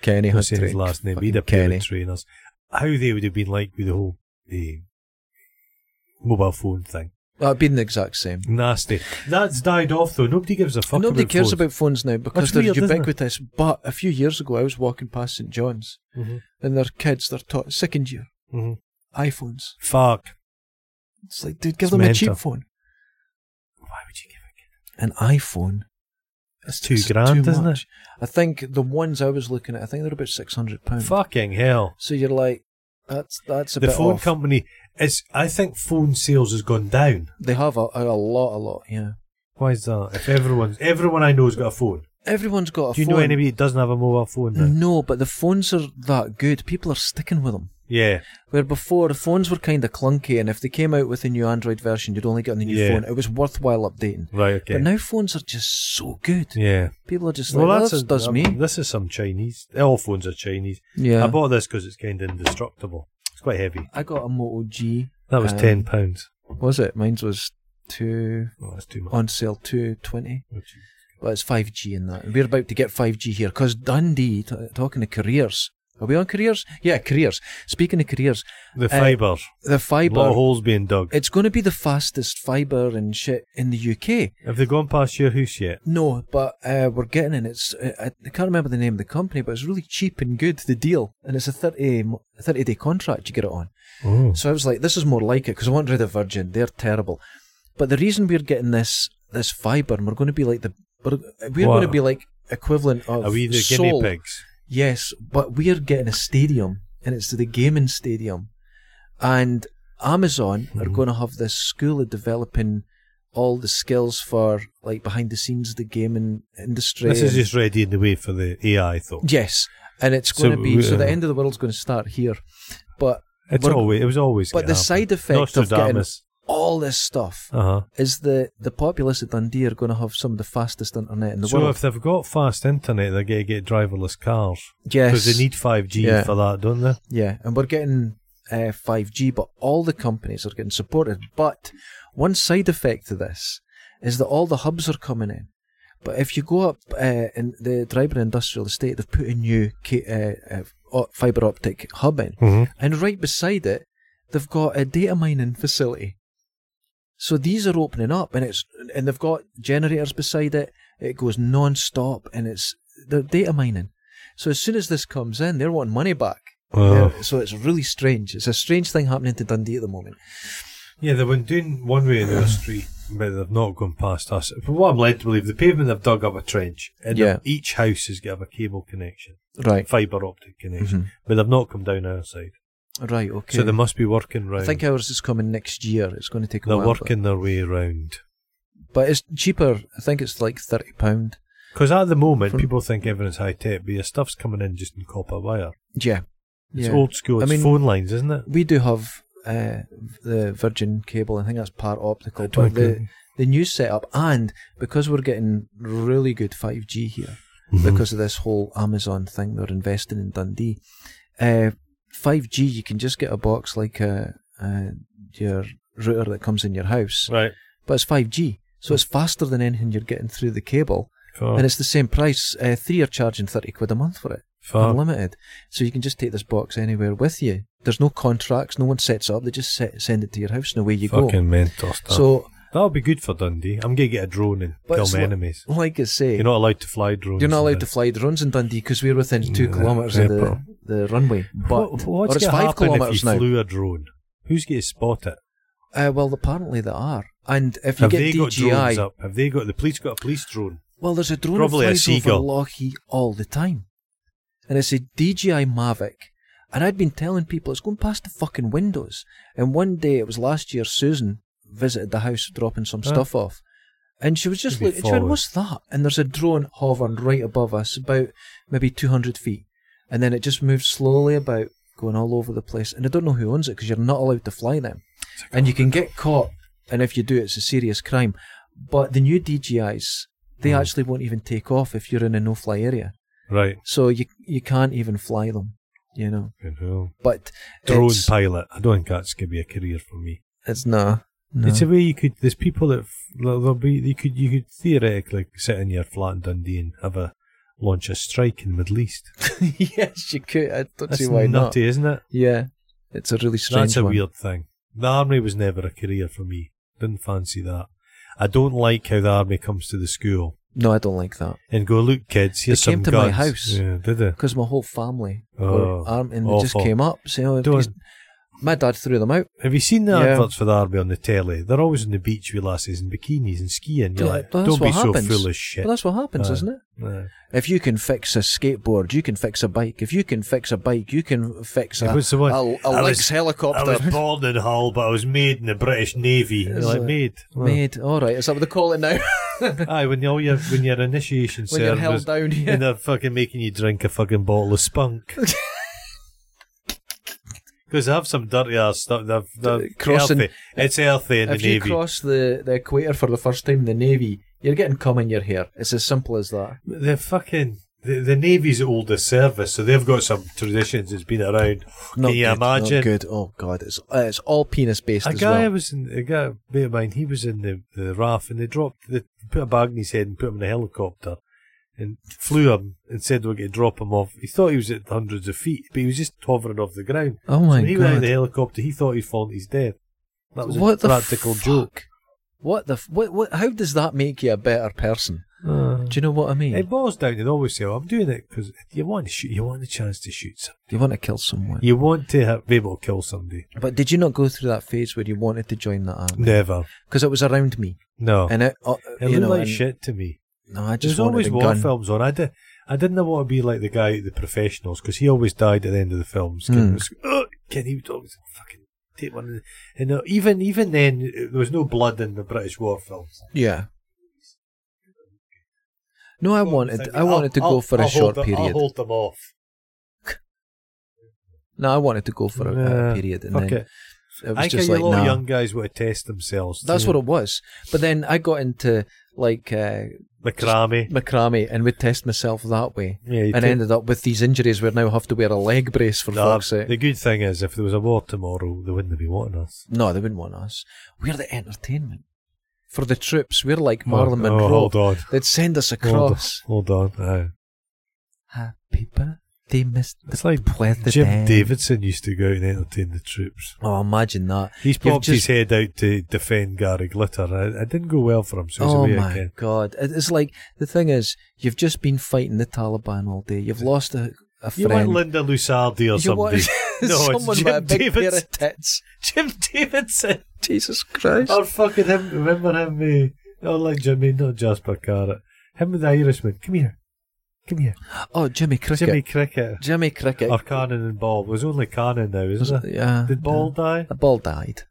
Speaker 2: Kenny
Speaker 1: Don't
Speaker 2: had
Speaker 1: say his
Speaker 2: three-
Speaker 1: last name.
Speaker 2: fucking
Speaker 1: He'd a pair
Speaker 2: Kenny.
Speaker 1: of trainers. How they would have been like with the whole eh, mobile phone thing.
Speaker 2: That'd been the exact same.
Speaker 1: Nasty. That's died off though. Nobody gives a fuck.
Speaker 2: Nobody
Speaker 1: about
Speaker 2: cares
Speaker 1: phones.
Speaker 2: about phones now because
Speaker 1: That's
Speaker 2: they're
Speaker 1: weird, isn't it?
Speaker 2: ubiquitous. But a few years ago, I was walking past St John's
Speaker 1: Mhm,
Speaker 2: and their kids, they're taught second year
Speaker 1: mhm.
Speaker 2: iPhones.
Speaker 1: Fuck.
Speaker 2: It's like, dude, give
Speaker 1: It's
Speaker 2: them a
Speaker 1: mental.
Speaker 2: cheap phone.
Speaker 1: Why would you give a kid?
Speaker 2: An iPhone.
Speaker 1: That's two grand, isn't
Speaker 2: it? I think the ones I was looking at, I think they're about six hundred
Speaker 1: it?
Speaker 2: pounds.
Speaker 1: Fucking hell.
Speaker 2: So you're like, that's that's a
Speaker 1: The
Speaker 2: bit
Speaker 1: phone
Speaker 2: off.
Speaker 1: company is. I think phone sales has gone down.
Speaker 2: they have a, a lot, a lot. Yeah,
Speaker 1: Why is that? If everyone's everyone I know has got a phone.
Speaker 2: everyone's got a.
Speaker 1: Do you
Speaker 2: phone. Mm-hmm.
Speaker 1: know anybody that doesn't have a mobile phone now?
Speaker 2: No, but the phones are that good. People are sticking with them.
Speaker 1: Yeah.
Speaker 2: Where before the phones were kind of clunky, and if they came out with a new Android version, you'd only get the new
Speaker 1: Yeah.
Speaker 2: phone. It was worthwhile updating.
Speaker 1: Right. Okay.
Speaker 2: But now phones are just so good.
Speaker 1: yeah.
Speaker 2: People are just like, well, this
Speaker 1: a-
Speaker 2: does
Speaker 1: um,
Speaker 2: me.
Speaker 1: This is some Chinese. All phones are Chinese.
Speaker 2: Yeah,
Speaker 1: I bought this because it's kind of indestructible. It's quite heavy.
Speaker 2: I got a Moto G.
Speaker 1: That was
Speaker 2: Um,
Speaker 1: ten pounds.
Speaker 2: Was it? Mine's was two
Speaker 1: Oh, that's too much.
Speaker 2: on sale, two twenty.
Speaker 1: Oh, geez.
Speaker 2: Well, it's 5G in that. We're about to get 5G here because Dundee, t- talking of careers, are we on careers? Yeah, careers. Speaking of careers,
Speaker 1: the
Speaker 2: uh,
Speaker 1: fibre. A
Speaker 2: the
Speaker 1: lot of
Speaker 2: fibre,
Speaker 1: holes being dug.
Speaker 2: it's going to be the fastest fibre and shit in the UK.
Speaker 1: Have they gone past your house yet?
Speaker 2: No, but uh, we're getting it. It's uh, I I can't remember the name of the company, but it's really cheap and good, the deal. And it's a 30, mo- 30 day contract you get it on.
Speaker 1: Oh.
Speaker 2: So I was like, this is more like it because I want rid of Virgin. They're terrible. But the reason we're getting this this fibre and we're going to be like the we're, we're
Speaker 1: What?
Speaker 2: going to be like equivalent of
Speaker 1: Are we the
Speaker 2: Seoul.
Speaker 1: guinea pigs?
Speaker 2: Yes, but we're getting a stadium and it's the gaming stadium, and Amazon are
Speaker 1: Mhm.
Speaker 2: going to have this school of developing all the skills for like behind the scenes of the gaming industry.
Speaker 1: This is
Speaker 2: and-
Speaker 1: just readying the way for the AI, though.
Speaker 2: yes, and it's
Speaker 1: So
Speaker 2: going to be so the
Speaker 1: we-
Speaker 2: end of the world's going to start here, but
Speaker 1: It's
Speaker 2: We're-
Speaker 1: always it was always.
Speaker 2: but
Speaker 1: gonna
Speaker 2: the
Speaker 1: happen.
Speaker 2: side effect of getting-
Speaker 1: Nostradamus.
Speaker 2: all this stuff
Speaker 1: Uh huh.
Speaker 2: is the the populace of Dundee are going to have some of the fastest internet in the
Speaker 1: So
Speaker 2: world.
Speaker 1: if they've got fast internet, they're going to get driverless cars
Speaker 2: yes,
Speaker 1: because they need five G
Speaker 2: Yeah.
Speaker 1: for that, don't they?
Speaker 2: yeah, and we're getting uh, 5G, but all the companies are getting supported. But one side effect of this is that all the hubs are coming in. But if you go up uh, in the Dryburn Industrial Estate, they've put a new ca- uh, uh, fibre optic hub in,
Speaker 1: Mm-hmm.
Speaker 2: and right beside it, they've got a data mining facility. So these are opening up, and it's and they've got generators beside it. It goes non-stop, and it's they're data mining. So as soon as this comes in, they're wanting money back. Yeah, so it's really strange. It's a strange thing happening to Dundee at the moment.
Speaker 1: Yeah, they went down one way in their street, but they've not gone past us. From what I'm led to believe, the pavement they've dug up a trench, and
Speaker 2: Yeah.
Speaker 1: each house is going to have a cable connection,
Speaker 2: Right,
Speaker 1: fibre optic connection, but they've not come down our side.
Speaker 2: right, Mm-hmm. okay.
Speaker 1: So they must be working
Speaker 2: I
Speaker 1: round.
Speaker 2: think ours is coming next year. It's going to take a
Speaker 1: they're
Speaker 2: while, but-
Speaker 1: working their way round.
Speaker 2: but, it's cheaper. I think it's like thirty pound.
Speaker 1: Because at the moment,
Speaker 2: From-
Speaker 1: people think everything's high tech, but your stuff's coming in just in copper wire.
Speaker 2: Yeah,
Speaker 1: It's
Speaker 2: yeah.
Speaker 1: old school.
Speaker 2: I
Speaker 1: It's
Speaker 2: mean-
Speaker 1: phone lines, isn't it?
Speaker 2: We do have uh, the Virgin cable. I think that's part optical,
Speaker 1: Don't
Speaker 2: but the
Speaker 1: agree.
Speaker 2: the new setup, and because we're getting really good five G here
Speaker 1: Mhm.
Speaker 2: because of this whole Amazon thing they're investing in Dundee. Uh, 5G, you can just get a box like a, uh your router that comes in your house,
Speaker 1: Right.
Speaker 2: but it's 5G, so it's faster than anything you're getting through the cable,
Speaker 1: Fuck.
Speaker 2: and it's the same price. Uh, three are charging thirty quid a month for it,
Speaker 1: Fuck.
Speaker 2: unlimited. So you can just take this box anywhere with you. There's no contracts, no one sets it up. They just set, send it to your house, and away you
Speaker 1: Fucking mental
Speaker 2: go.
Speaker 1: stuff.
Speaker 2: So,
Speaker 1: That'll be good for Dundee. I'm going to get a drone and
Speaker 2: But
Speaker 1: kill
Speaker 2: it's
Speaker 1: my
Speaker 2: li-
Speaker 1: enemies.
Speaker 2: like I say,
Speaker 1: You're not allowed to fly drones.
Speaker 2: You're not allowed
Speaker 1: in
Speaker 2: to fly drones in Dundee because we're within two
Speaker 1: Yeah,
Speaker 2: kilometres
Speaker 1: yeah,
Speaker 2: of the,
Speaker 1: bro.
Speaker 2: the runway. But
Speaker 1: What-
Speaker 2: or it's
Speaker 1: gonna
Speaker 2: five
Speaker 1: happen
Speaker 2: kilometres
Speaker 1: if you
Speaker 2: now.
Speaker 1: flew a drone? Who's going to spot it?
Speaker 2: Uh, well, apparently they are. And if you
Speaker 1: Have
Speaker 2: get
Speaker 1: they got drones
Speaker 2: DJI,
Speaker 1: up? Have they got the police got a police drone?
Speaker 2: well, there's a drone
Speaker 1: Probably a
Speaker 2: that flies over
Speaker 1: seagull.
Speaker 2: Lougheed all the time, and it's a DJI Mavic. And I'd been telling people it's going past the fucking windows. And one day it was last year, Susan visited the house dropping some
Speaker 1: Huh?
Speaker 2: stuff off. And she was just
Speaker 1: Maybe
Speaker 2: looking, she went,
Speaker 1: forward.
Speaker 2: what's that? And there's a drone hovering right above us, about maybe 200 feet. And then it just moves slowly about, going all over the place. And I don't know who owns it because you're not allowed to fly them. And you can get caught. And if you do, it's a serious crime. But the new DJIs, they
Speaker 1: Mm.
Speaker 2: actually won't even take off if you're in a no fly area.
Speaker 1: Right.
Speaker 2: So you, you can't even fly them, you know.
Speaker 1: Fucking hell.
Speaker 2: But
Speaker 1: Drone
Speaker 2: it's,
Speaker 1: pilot. I don't think that's going to be a career for me.
Speaker 2: it's nah, no.
Speaker 1: It's a way you could. There's people that f- there'll be. You could. You could theoretically sit in your flat in Dundee and have a launch a strike in the Middle East.
Speaker 2: yes, you could. I don't
Speaker 1: That's
Speaker 2: see why
Speaker 1: nutty,
Speaker 2: not.
Speaker 1: isn't it?
Speaker 2: Yeah, it's a really strange
Speaker 1: That's a
Speaker 2: one.
Speaker 1: weird thing. The army was never a career for me. Didn't fancy that. I don't like how the army comes to the school
Speaker 2: No, I don't like that.
Speaker 1: and go, look, kids, here's
Speaker 2: They came
Speaker 1: some
Speaker 2: to my
Speaker 1: guns."
Speaker 2: house.
Speaker 1: Yeah, did they?
Speaker 2: Because my whole family
Speaker 1: Oh,
Speaker 2: were armed and they just
Speaker 1: awful.
Speaker 2: came up saying, oh,
Speaker 1: Don't-
Speaker 2: please- my dad threw them out.
Speaker 1: Have you seen the
Speaker 2: Yeah.
Speaker 1: adverts for the army on the telly? They're always on the beach with lasses in bikinis and skiing. You're
Speaker 2: Yeah,
Speaker 1: like,
Speaker 2: but
Speaker 1: don't
Speaker 2: that's
Speaker 1: be
Speaker 2: what happens.
Speaker 1: so full of shit.
Speaker 2: Well, that's what happens,
Speaker 1: Aye.
Speaker 2: isn't it?
Speaker 1: Aye.
Speaker 2: If you can fix a skateboard, you can fix a bike. If you can fix a bike, you can fix
Speaker 1: Yeah,
Speaker 2: a,
Speaker 1: what's the one?
Speaker 2: a, a
Speaker 1: I
Speaker 2: Lynx
Speaker 1: was- I
Speaker 2: helicopter.
Speaker 1: was born in Hull, but I was made in the British Navy. You're
Speaker 2: It's
Speaker 1: like,
Speaker 2: like-
Speaker 1: made. Oh.
Speaker 2: Made. All right. Is that what they call it now?
Speaker 1: Aye, when you all your when your initiation
Speaker 2: when you're
Speaker 1: service
Speaker 2: held down here.
Speaker 1: and they're fucking making you drink a fucking bottle of spunk. Because they have some dirty ass stuff. They've, they're
Speaker 2: Crossing-
Speaker 1: healthy. It's healthy in the
Speaker 2: if you
Speaker 1: navy.
Speaker 2: cross the, the equator for the first time in the Navy, you're getting cum in your hair. It's as simple as that.
Speaker 1: the fucking the, the navy's the oldest service, so they've got some traditions that's been around. Can you
Speaker 2: good,
Speaker 1: imagine?
Speaker 2: Not good. Oh, God. It's, uh, it's all penis based
Speaker 1: A
Speaker 2: as
Speaker 1: guy
Speaker 2: well.
Speaker 1: was in a guy a mate of mine. He was in the, the raft, and they dropped. They put a bag in his head and put him in a helicopter, and flew him and said we're going to drop him off. He thought he was at hundreds of feet, but he was just hovering off the ground.
Speaker 2: Oh,
Speaker 1: So
Speaker 2: my
Speaker 1: when he went out of
Speaker 2: God.
Speaker 1: the helicopter, he thought he'd fallen to his death. That was
Speaker 2: what
Speaker 1: a
Speaker 2: the
Speaker 1: practical
Speaker 2: fuck?
Speaker 1: joke.
Speaker 2: What the? F- what, what? How does that make you a better person? Do you know what I mean?
Speaker 1: It boils down to they always say, "Oh, "I'm doing it because you want to shoot. You want the chance to shoot some.
Speaker 2: you want to kill someone.
Speaker 1: You want to ha- be able to kill somebody."
Speaker 2: But did you not go through that phase where you wanted to join the army?
Speaker 1: Never.
Speaker 2: Because it was around me,
Speaker 1: No.
Speaker 2: and it, uh,
Speaker 1: Oh. it
Speaker 2: you
Speaker 1: looked
Speaker 2: know,
Speaker 1: like
Speaker 2: and-
Speaker 1: shit to me.
Speaker 2: No, I just
Speaker 1: There's
Speaker 2: wanted
Speaker 1: always
Speaker 2: a
Speaker 1: war
Speaker 2: gun.
Speaker 1: films on. I, did, I didn't want to be like the guy at the professionals because he always died at the end of the films.
Speaker 2: Hmm.
Speaker 1: Ken was, "Ugh," Ken, he would always fucking take one. of the- And uh, even even then, uh, there was no blood in the British war films.
Speaker 2: Yeah. No, I wanted. I wanted to
Speaker 1: I'll-
Speaker 2: go for a
Speaker 1: I'll hold
Speaker 2: short
Speaker 1: them- I'll
Speaker 2: period.
Speaker 1: hold them off.
Speaker 2: No, I wanted to go for a, a
Speaker 1: Nah,
Speaker 2: period, and
Speaker 1: fuck
Speaker 2: then
Speaker 1: it.
Speaker 2: it was
Speaker 1: I think
Speaker 2: just
Speaker 1: a
Speaker 2: like
Speaker 1: lot
Speaker 2: nah.
Speaker 1: of young guys want to test themselves.
Speaker 2: That's
Speaker 1: Yeah.
Speaker 2: what it was. But then I got into like uh,
Speaker 1: the crammy.
Speaker 2: macrame and would test myself that way,
Speaker 1: Yeah, you
Speaker 2: and
Speaker 1: take-
Speaker 2: ended up with these injuries where I now have to wear a leg brace for
Speaker 1: Nah,
Speaker 2: fuck's sake.
Speaker 1: the good thing is, if there was a war tomorrow, they wouldn't be wanting us.
Speaker 2: No, they wouldn't want us. We're the entertainment for the troops. We're like
Speaker 1: Oh,
Speaker 2: Marilyn
Speaker 1: oh,
Speaker 2: Monroe.
Speaker 1: hold on.
Speaker 2: They'd send us
Speaker 1: Hold on.
Speaker 2: across.
Speaker 1: Hold on. aye.
Speaker 2: Happy birthday, Mr.
Speaker 1: It's like
Speaker 2: Pleather
Speaker 1: Jim
Speaker 2: Dan.
Speaker 1: Davidson used to go out and entertain the troops.
Speaker 2: Oh, imagine that.
Speaker 1: He's
Speaker 2: You've
Speaker 1: popped his
Speaker 2: just-
Speaker 1: head out to defend Gary Glitter. I, I didn't go well for him, so he's
Speaker 2: oh
Speaker 1: away
Speaker 2: my
Speaker 1: again.
Speaker 2: God! It- It's like the thing is, you've just been fighting the Taliban all day. You've lost a, a
Speaker 1: You want
Speaker 2: friend.
Speaker 1: Linda Lusardi or somebody? no,
Speaker 2: someone
Speaker 1: it's Jim
Speaker 2: with a big pair
Speaker 1: Davidson.
Speaker 2: of tits.
Speaker 1: Jim Davidson.
Speaker 2: Jesus Chrisst!
Speaker 1: Or fucking him. Remember him? Uh, oh, like Jimmy, not Jasper Carrot. Him with the Irishman. Come here. Come here.
Speaker 2: Oh, Jimmy Cricket.
Speaker 1: Jimmy
Speaker 2: Jimmy,
Speaker 1: Cricket.
Speaker 2: Cricket.
Speaker 1: Or Cannon and Ball. There's only Cannon now, isn't there?
Speaker 2: yeah.
Speaker 1: Oh, Did Ball die?
Speaker 2: The ball died.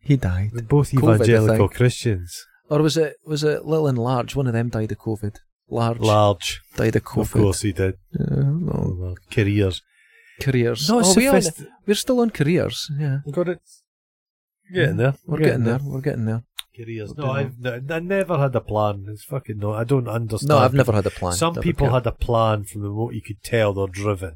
Speaker 2: He died.
Speaker 1: They're both
Speaker 2: COVID, I
Speaker 1: evangelical
Speaker 2: think.
Speaker 1: Christians.
Speaker 2: Or was it was it little and large? One of them died of COVID. Large
Speaker 1: Large.
Speaker 2: died of COVID.
Speaker 1: Of course he did.
Speaker 2: Yeah, well,
Speaker 1: Well, careers.
Speaker 2: careers.
Speaker 1: Not
Speaker 2: oh, we on,
Speaker 1: sophist-
Speaker 2: we're still on careers. Yeah,
Speaker 1: Got it. Getting there.
Speaker 2: we're getting there. We're getting there.
Speaker 1: Careers.
Speaker 2: We're
Speaker 1: No,
Speaker 2: getting
Speaker 1: I've n- I never had a plan. It's fucking no. I don't understand.
Speaker 2: No, I've never had a plan.
Speaker 1: Some
Speaker 2: Never
Speaker 1: people
Speaker 2: cared.
Speaker 1: had a plan from the moment you could tell they're driven.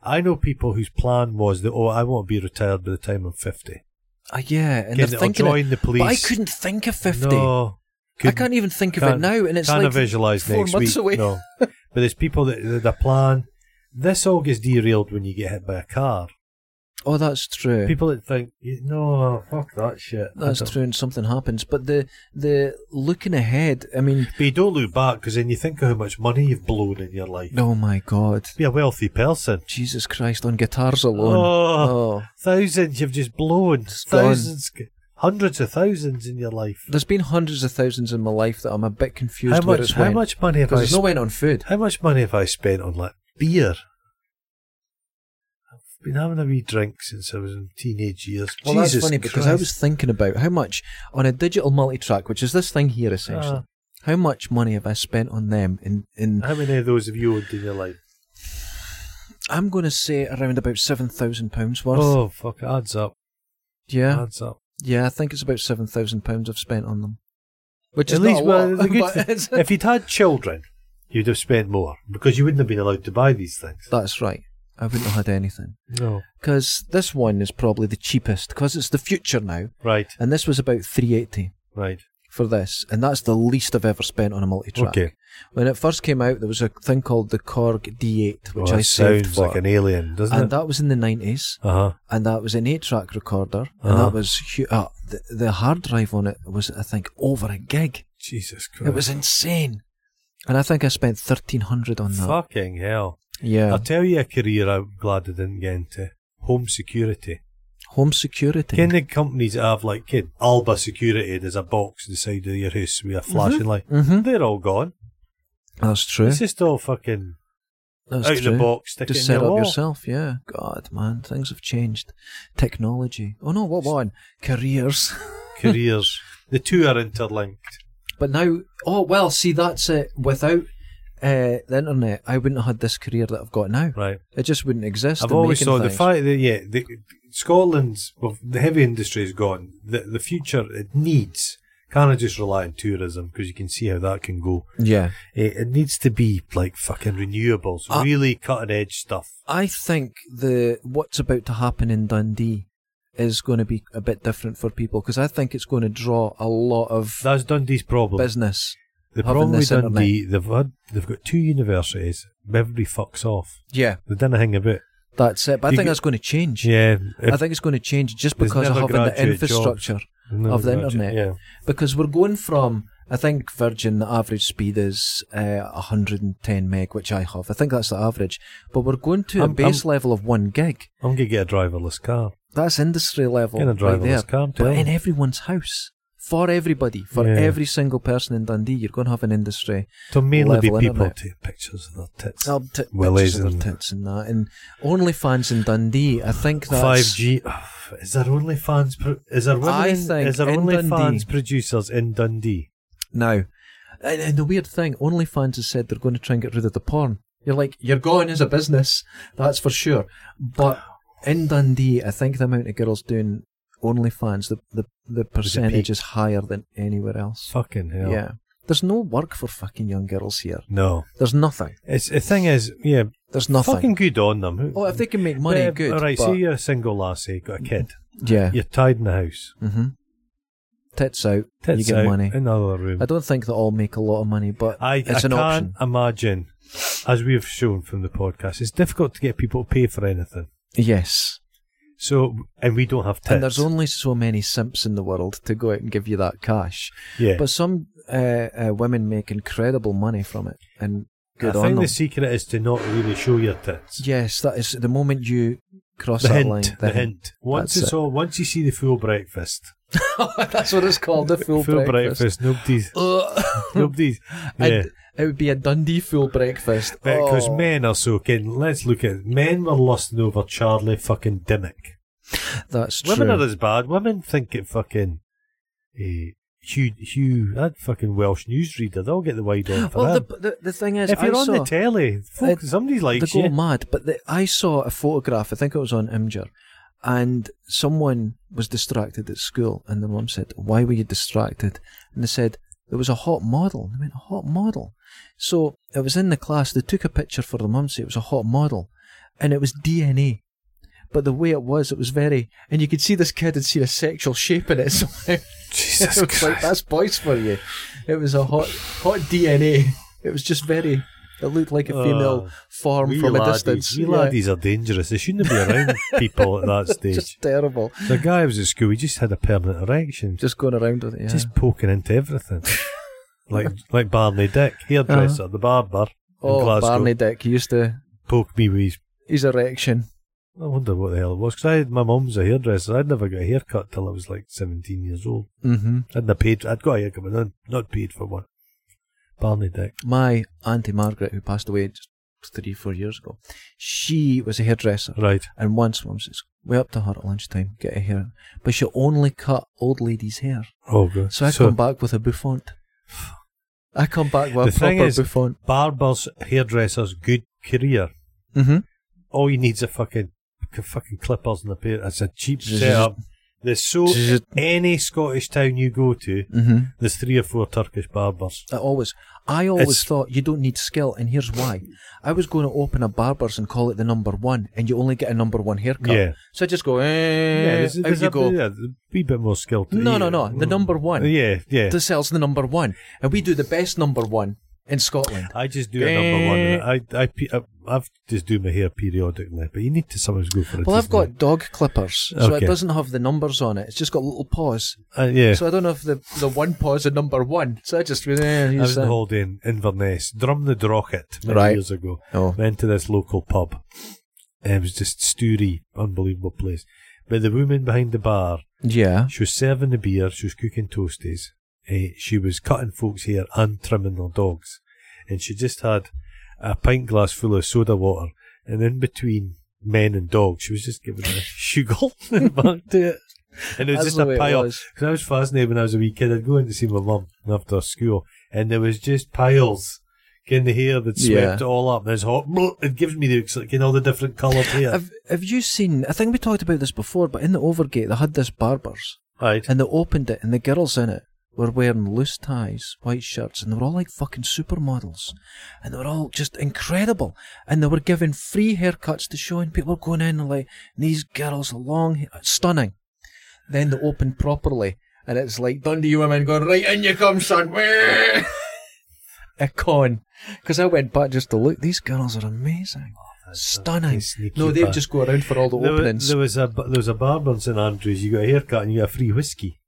Speaker 1: I know people whose plan was that oh, I want to be retired by the time I'm fifty.
Speaker 2: Ah, yeah, and
Speaker 1: Again,
Speaker 2: they're
Speaker 1: I'll
Speaker 2: thinking. it,
Speaker 1: join the police.
Speaker 2: But I couldn't think of fifty.
Speaker 1: No,
Speaker 2: I
Speaker 1: couldn't-
Speaker 2: can't even think of it
Speaker 1: can't-
Speaker 2: now, and it's
Speaker 1: can't
Speaker 2: like
Speaker 1: visualize
Speaker 2: four
Speaker 1: next
Speaker 2: months
Speaker 1: week.
Speaker 2: away.
Speaker 1: No, but there's people that that the plan. This all gets derailed when you get hit by a car.
Speaker 2: Oh, that's true.
Speaker 1: People that think, you- no, fuck that shit. I
Speaker 2: that's
Speaker 1: don't-
Speaker 2: true, and something happens. But the the looking ahead. I mean,
Speaker 1: But you don't look back because then you think of how much money you've blown in your life.
Speaker 2: oh my God,
Speaker 1: Be a wealthy person.
Speaker 2: Jesus Christ! On guitars alone.
Speaker 1: Oh.
Speaker 2: oh.
Speaker 1: Thousands you've just blown.
Speaker 2: It's gone.
Speaker 1: thousands, hundreds of thousands in your life.
Speaker 2: There's been hundreds of thousands in my life that I'm a bit confused
Speaker 1: How
Speaker 2: where
Speaker 1: much?
Speaker 2: it's
Speaker 1: How
Speaker 2: went.
Speaker 1: much money have
Speaker 2: Because
Speaker 1: I?
Speaker 2: it's not
Speaker 1: Sp-
Speaker 2: went on food.
Speaker 1: how much money have I spent on like beer? I've been having a wee drink since I was in teenage years.
Speaker 2: Well,
Speaker 1: Jesus
Speaker 2: that's funny because I was thinking about how much on a digital multi-track, which is this thing here essentially.
Speaker 1: Ah.
Speaker 2: how much money have I spent on them? In in
Speaker 1: Christ. How many of those have you owned in your life?
Speaker 2: I'm going to say around about seven thousand pounds worth.
Speaker 1: Oh Uh. fuck! It adds up.
Speaker 2: yeah,
Speaker 1: adds up.
Speaker 2: yeah, I think it's about seven thousand pounds I've spent on them, which is
Speaker 1: At least,
Speaker 2: not a
Speaker 1: well,
Speaker 2: lot.
Speaker 1: the good
Speaker 2: but
Speaker 1: thing-
Speaker 2: it's-
Speaker 1: if you'd had children, you'd have spent more because you wouldn't have been allowed to buy these things.
Speaker 2: that's right. I wouldn't have had anything
Speaker 1: No,
Speaker 2: because this one is probably the cheapest because it's the future now,
Speaker 1: right,
Speaker 2: and this was about three eighty
Speaker 1: right.
Speaker 2: for this, and that's the least I've ever spent on a multi-track.
Speaker 1: Okay.
Speaker 2: When it first came out, there was a thing called the Korg D8, which
Speaker 1: Oh,
Speaker 2: I
Speaker 1: it
Speaker 2: saved
Speaker 1: sounds
Speaker 2: for.
Speaker 1: like an alien, doesn't
Speaker 2: and
Speaker 1: it?
Speaker 2: that was in the 90s,
Speaker 1: Uh huh.
Speaker 2: and that was an 8 track recorder, and
Speaker 1: Uh-huh.
Speaker 2: that was hu- uh, the, the hard drive on it was, I think, over a gig.
Speaker 1: Jesus Christ.
Speaker 2: It was insane. And I think I spent 1300 on that.
Speaker 1: Fucking hell.
Speaker 2: Yeah.
Speaker 1: I'll tell you a career I'm glad I didn't get into. Home security.
Speaker 2: Home security.
Speaker 1: Can the companies that have like kid Alba Security? There's a box the side of your house with a flashing light.
Speaker 2: hmm
Speaker 1: They're all gone.
Speaker 2: That's true.
Speaker 1: It's just all fucking
Speaker 2: That's
Speaker 1: out
Speaker 2: true.
Speaker 1: of the box. Stick it
Speaker 2: Just
Speaker 1: in
Speaker 2: set
Speaker 1: your
Speaker 2: up
Speaker 1: wall.
Speaker 2: yourself, yeah. God, man, things have changed. Technology. Oh no, what one? Careers.
Speaker 1: Careers. the two are interlinked.
Speaker 2: But now, oh well, see that's it. Without uh, the internet, I wouldn't have had this career that I've got now.
Speaker 1: Right.
Speaker 2: It just wouldn't exist.
Speaker 1: I've
Speaker 2: in
Speaker 1: always
Speaker 2: making
Speaker 1: thought the
Speaker 2: things.
Speaker 1: fact that yeah, the, Scotland's well, the heavy industry is gone. The the future it needs can't just rely on tourism because you can see how that can go.
Speaker 2: Yeah,
Speaker 1: It, it needs to be like fucking renewables,
Speaker 2: Uh,
Speaker 1: really cutting edge stuff.
Speaker 2: I think the what's about to happen in Dundee is going to be a bit different for people because I think it's going to draw a lot of
Speaker 1: That's Dundee's problem.
Speaker 2: business.
Speaker 1: The
Speaker 2: having
Speaker 1: problem with
Speaker 2: this internet.
Speaker 1: Dundee, they've had, they've got two universities. Everybody fucks off.
Speaker 2: Yeah,
Speaker 1: They didn't hang about.
Speaker 2: that's it. But I
Speaker 1: You
Speaker 2: think
Speaker 1: get-
Speaker 2: that's going to change.
Speaker 1: Yeah,
Speaker 2: I think it's going to change just
Speaker 1: There's
Speaker 2: because of
Speaker 1: never
Speaker 2: having the
Speaker 1: graduate jobs.
Speaker 2: infrastructure.
Speaker 1: no,
Speaker 2: of the
Speaker 1: that's it,
Speaker 2: internet.
Speaker 1: Yeah,
Speaker 2: because we're going from I think Virgin the average speed is uh, 110 meg, which I have. I think that's the average. But we're going to
Speaker 1: I'm-
Speaker 2: a base
Speaker 1: I'm-
Speaker 2: level of one gig.
Speaker 1: I'm gonna get a driverless car.
Speaker 2: That's industry level
Speaker 1: Get a
Speaker 2: right there.
Speaker 1: driverless car, I'm
Speaker 2: but
Speaker 1: telling
Speaker 2: in
Speaker 1: you.
Speaker 2: everyone's house, for everybody, for
Speaker 1: Yeah.
Speaker 2: every single person in Dundee, you're going to have an industry.
Speaker 1: To mainly be
Speaker 2: level
Speaker 1: people
Speaker 2: internet.
Speaker 1: take pictures of their tits.
Speaker 2: Well, t-
Speaker 1: Willies
Speaker 2: pictures of
Speaker 1: and-
Speaker 2: their tits and that, and OnlyFans in Dundee. I think that's
Speaker 1: Five G. Is there only fans? Pro- is there women?
Speaker 2: I
Speaker 1: in-
Speaker 2: think
Speaker 1: is there
Speaker 2: in
Speaker 1: only
Speaker 2: Dundee-
Speaker 1: fans producers in Dundee?
Speaker 2: now. And, and the weird thing, OnlyFans has said they're going to try and get rid of the porn. You're like, you're going as a business, that's for sure. But in Dundee, I think the amount of girls doing OnlyFans, the the, the percentage
Speaker 1: peak?
Speaker 2: is higher than anywhere else.
Speaker 1: Fucking hell.
Speaker 2: Yeah. There's no work for fucking young girls here.
Speaker 1: No.
Speaker 2: There's nothing.
Speaker 1: It's the thing is, yeah.
Speaker 2: There's nothing.
Speaker 1: Fucking good on them. Who-
Speaker 2: oh, if they can make money,
Speaker 1: Yeah,
Speaker 2: good.
Speaker 1: All right.
Speaker 2: but-
Speaker 1: Say you're a single lassie, got a kid.
Speaker 2: yeah.
Speaker 1: You're tied in the house.
Speaker 2: Mm-hmm. Tits out,
Speaker 1: Tits
Speaker 2: you get
Speaker 1: out
Speaker 2: money.
Speaker 1: in another room.
Speaker 2: I don't think they all make a lot of money, but
Speaker 1: I,
Speaker 2: it's
Speaker 1: I
Speaker 2: an
Speaker 1: can't
Speaker 2: option.
Speaker 1: imagine, as we have shown from the podcast, it's difficult to get people to pay for anything.
Speaker 2: Yes.
Speaker 1: So, and we don't have tits.
Speaker 2: And there's only so many simps in the world to go out and give you that cash.
Speaker 1: yeah.
Speaker 2: But some uh, uh, women make incredible money from it, and good
Speaker 1: I
Speaker 2: on
Speaker 1: think
Speaker 2: them.
Speaker 1: the secret is to not really show your tits.
Speaker 2: yes, that is the moment you cross
Speaker 1: the
Speaker 2: that
Speaker 1: hint,
Speaker 2: line.
Speaker 1: the, hint. Once
Speaker 2: That's
Speaker 1: it's
Speaker 2: it.
Speaker 1: all, once you see the full breakfast,
Speaker 2: that's what it's called, the full, breakfast.
Speaker 1: breakfast, nobody's,
Speaker 2: Ugh.
Speaker 1: nobody's, yeah.
Speaker 2: I'd- it would be a Dundee full breakfast.
Speaker 1: Because
Speaker 2: Oh.
Speaker 1: men are so keen. Let's look at men were lusting over Charlie fucking Dimmock.
Speaker 2: that's true.
Speaker 1: Women are as bad. Women think it fucking eh, Hugh Hugh that fucking Welsh newsreader. They'll get the wide end for
Speaker 2: well, the,
Speaker 1: that.
Speaker 2: the, the thing is,
Speaker 1: if you're
Speaker 2: I
Speaker 1: on
Speaker 2: saw,
Speaker 1: the telly, folk,
Speaker 2: it-
Speaker 1: somebody
Speaker 2: they
Speaker 1: likes
Speaker 2: go
Speaker 1: you.
Speaker 2: mad. But the, I saw a photograph. I think it was on Imgur, and someone was distracted at school, and the mum said, "Why were you distracted?" And they said there was a hot model. And they went, "A hot model." So it was in the class. They took a picture for the mum. Said it was a hot model, and it was DNA. But the way it was, it was very, and you could see this kid had seen a sexual shape in it somehow.
Speaker 1: Jesus
Speaker 2: it was like
Speaker 1: Christ.
Speaker 2: that's boys for you. It was a hot, hot DNA. It was just very. It looked like a female
Speaker 1: Oh,
Speaker 2: form
Speaker 1: Wee
Speaker 2: from a
Speaker 1: laddies-
Speaker 2: distance.
Speaker 1: wee
Speaker 2: Yeah.
Speaker 1: laddies are dangerous. They shouldn't be around people at that stage.
Speaker 2: Just terrible.
Speaker 1: The guy was at school. He just had a permanent erection, just,
Speaker 2: Just going around with it. Yeah.
Speaker 1: poking into everything, like like Barney Dick, hairdresser, the barber in
Speaker 2: Uh-huh. oh,
Speaker 1: Glasgow.
Speaker 2: Barney Dick. He used to.
Speaker 1: Poke me with his
Speaker 2: His erection.
Speaker 1: I wonder what the hell it was because I had my mum's a hairdresser. I'd never got a haircut till I was like seventeen years old.
Speaker 2: Mm-hmm.
Speaker 1: I'd not paid. I'd got a haircut, but not, not paid for one. Barney Dick.
Speaker 2: My auntie Margaret, who passed away just three, four years ago, she was a hairdresser.
Speaker 1: Right.
Speaker 2: And once, mum says, "Way up to her at lunchtime, get a hair." But she only cut old ladies' hair.
Speaker 1: Oh god.
Speaker 2: So I come back with a bouffant. I come back with
Speaker 1: The
Speaker 2: a
Speaker 1: thing
Speaker 2: proper
Speaker 1: is-
Speaker 2: bouffant.
Speaker 1: barbers, hairdressers, good career.
Speaker 2: Mm-hmm.
Speaker 1: All you needs a fucking c- fucking clippers and a pair. It's a cheap
Speaker 2: Zzz.
Speaker 1: setup. There's so
Speaker 2: Zzz.
Speaker 1: any Scottish town you go to,
Speaker 2: Mm-hmm.
Speaker 1: there's three or four Turkish barbers.
Speaker 2: I always, I always
Speaker 1: It's-
Speaker 2: thought you don't need skill, and here's why. I was going to open a barber's and call it the number one, and you only get a number one haircut.
Speaker 1: Yeah.
Speaker 2: So I just go, eh,
Speaker 1: there's,
Speaker 2: out
Speaker 1: there's
Speaker 2: you
Speaker 1: a,
Speaker 2: go.
Speaker 1: yeah, there's a wee bit more skill. To
Speaker 2: No,
Speaker 1: you. Mm.
Speaker 2: no, no, the number one.
Speaker 1: Yeah, yeah.
Speaker 2: This sells the number one, and we do the best number one. in Scotland.
Speaker 1: I just do a number
Speaker 2: Eh.
Speaker 1: one. I, I, pe- I, I've just do my hair periodically, but you need to sometimes go for a
Speaker 2: Well, I've
Speaker 1: decent-
Speaker 2: got dog clippers, so
Speaker 1: Okay.
Speaker 2: it doesn't have the numbers on it. It's just got little paws.
Speaker 1: Uh, yeah.
Speaker 2: So I don't know if the, the one paw's a number one. So I just eh, really.
Speaker 1: I was in holiday in Inverness, Drum the Drocket, many
Speaker 2: Right.
Speaker 1: years ago.
Speaker 2: oh,
Speaker 1: Went to this local pub. And it was just Stewie, unbelievable place. But the woman behind the bar,
Speaker 2: yeah.
Speaker 1: she was serving the beer, she was cooking toasties, eh, she was cutting folks' hair and trimming their dogs. And she just had a pint glass full of soda water, and in between men and dogs, she was just giving them a shugle and back to it. And it was
Speaker 2: That's
Speaker 1: just
Speaker 2: the
Speaker 1: a
Speaker 2: way it
Speaker 1: pile.
Speaker 2: was.
Speaker 1: Because I was fascinated when I was a wee kid. I'd go in to see my mum after school, and there was just piles in the hair that swept
Speaker 2: Yeah.
Speaker 1: it all up. And it's hot. It gives me the like, in all the different coloured hair.
Speaker 2: Have, have you seen? I think we talked about this before, but in the Overgate, they had this barber's
Speaker 1: right.
Speaker 2: and they opened it, and the girls in it were wearing loose ties, white shirts, and they were all like fucking supermodels. And they were all just incredible. And they were giving free haircuts to show, and people were going in and like, these girls, long, hair- stunning. Then they opened properly, and it's like Dundee women going, right in you come, son. A con. Because I went back just to look, these girls are amazing. Stunning.
Speaker 1: Oh, sneaky
Speaker 2: No, they
Speaker 1: bad.
Speaker 2: just go around for all the
Speaker 1: There wa-
Speaker 2: openings.
Speaker 1: There was, a ba- there was a barber in St Andrews. You got a haircut and you got a free whiskey.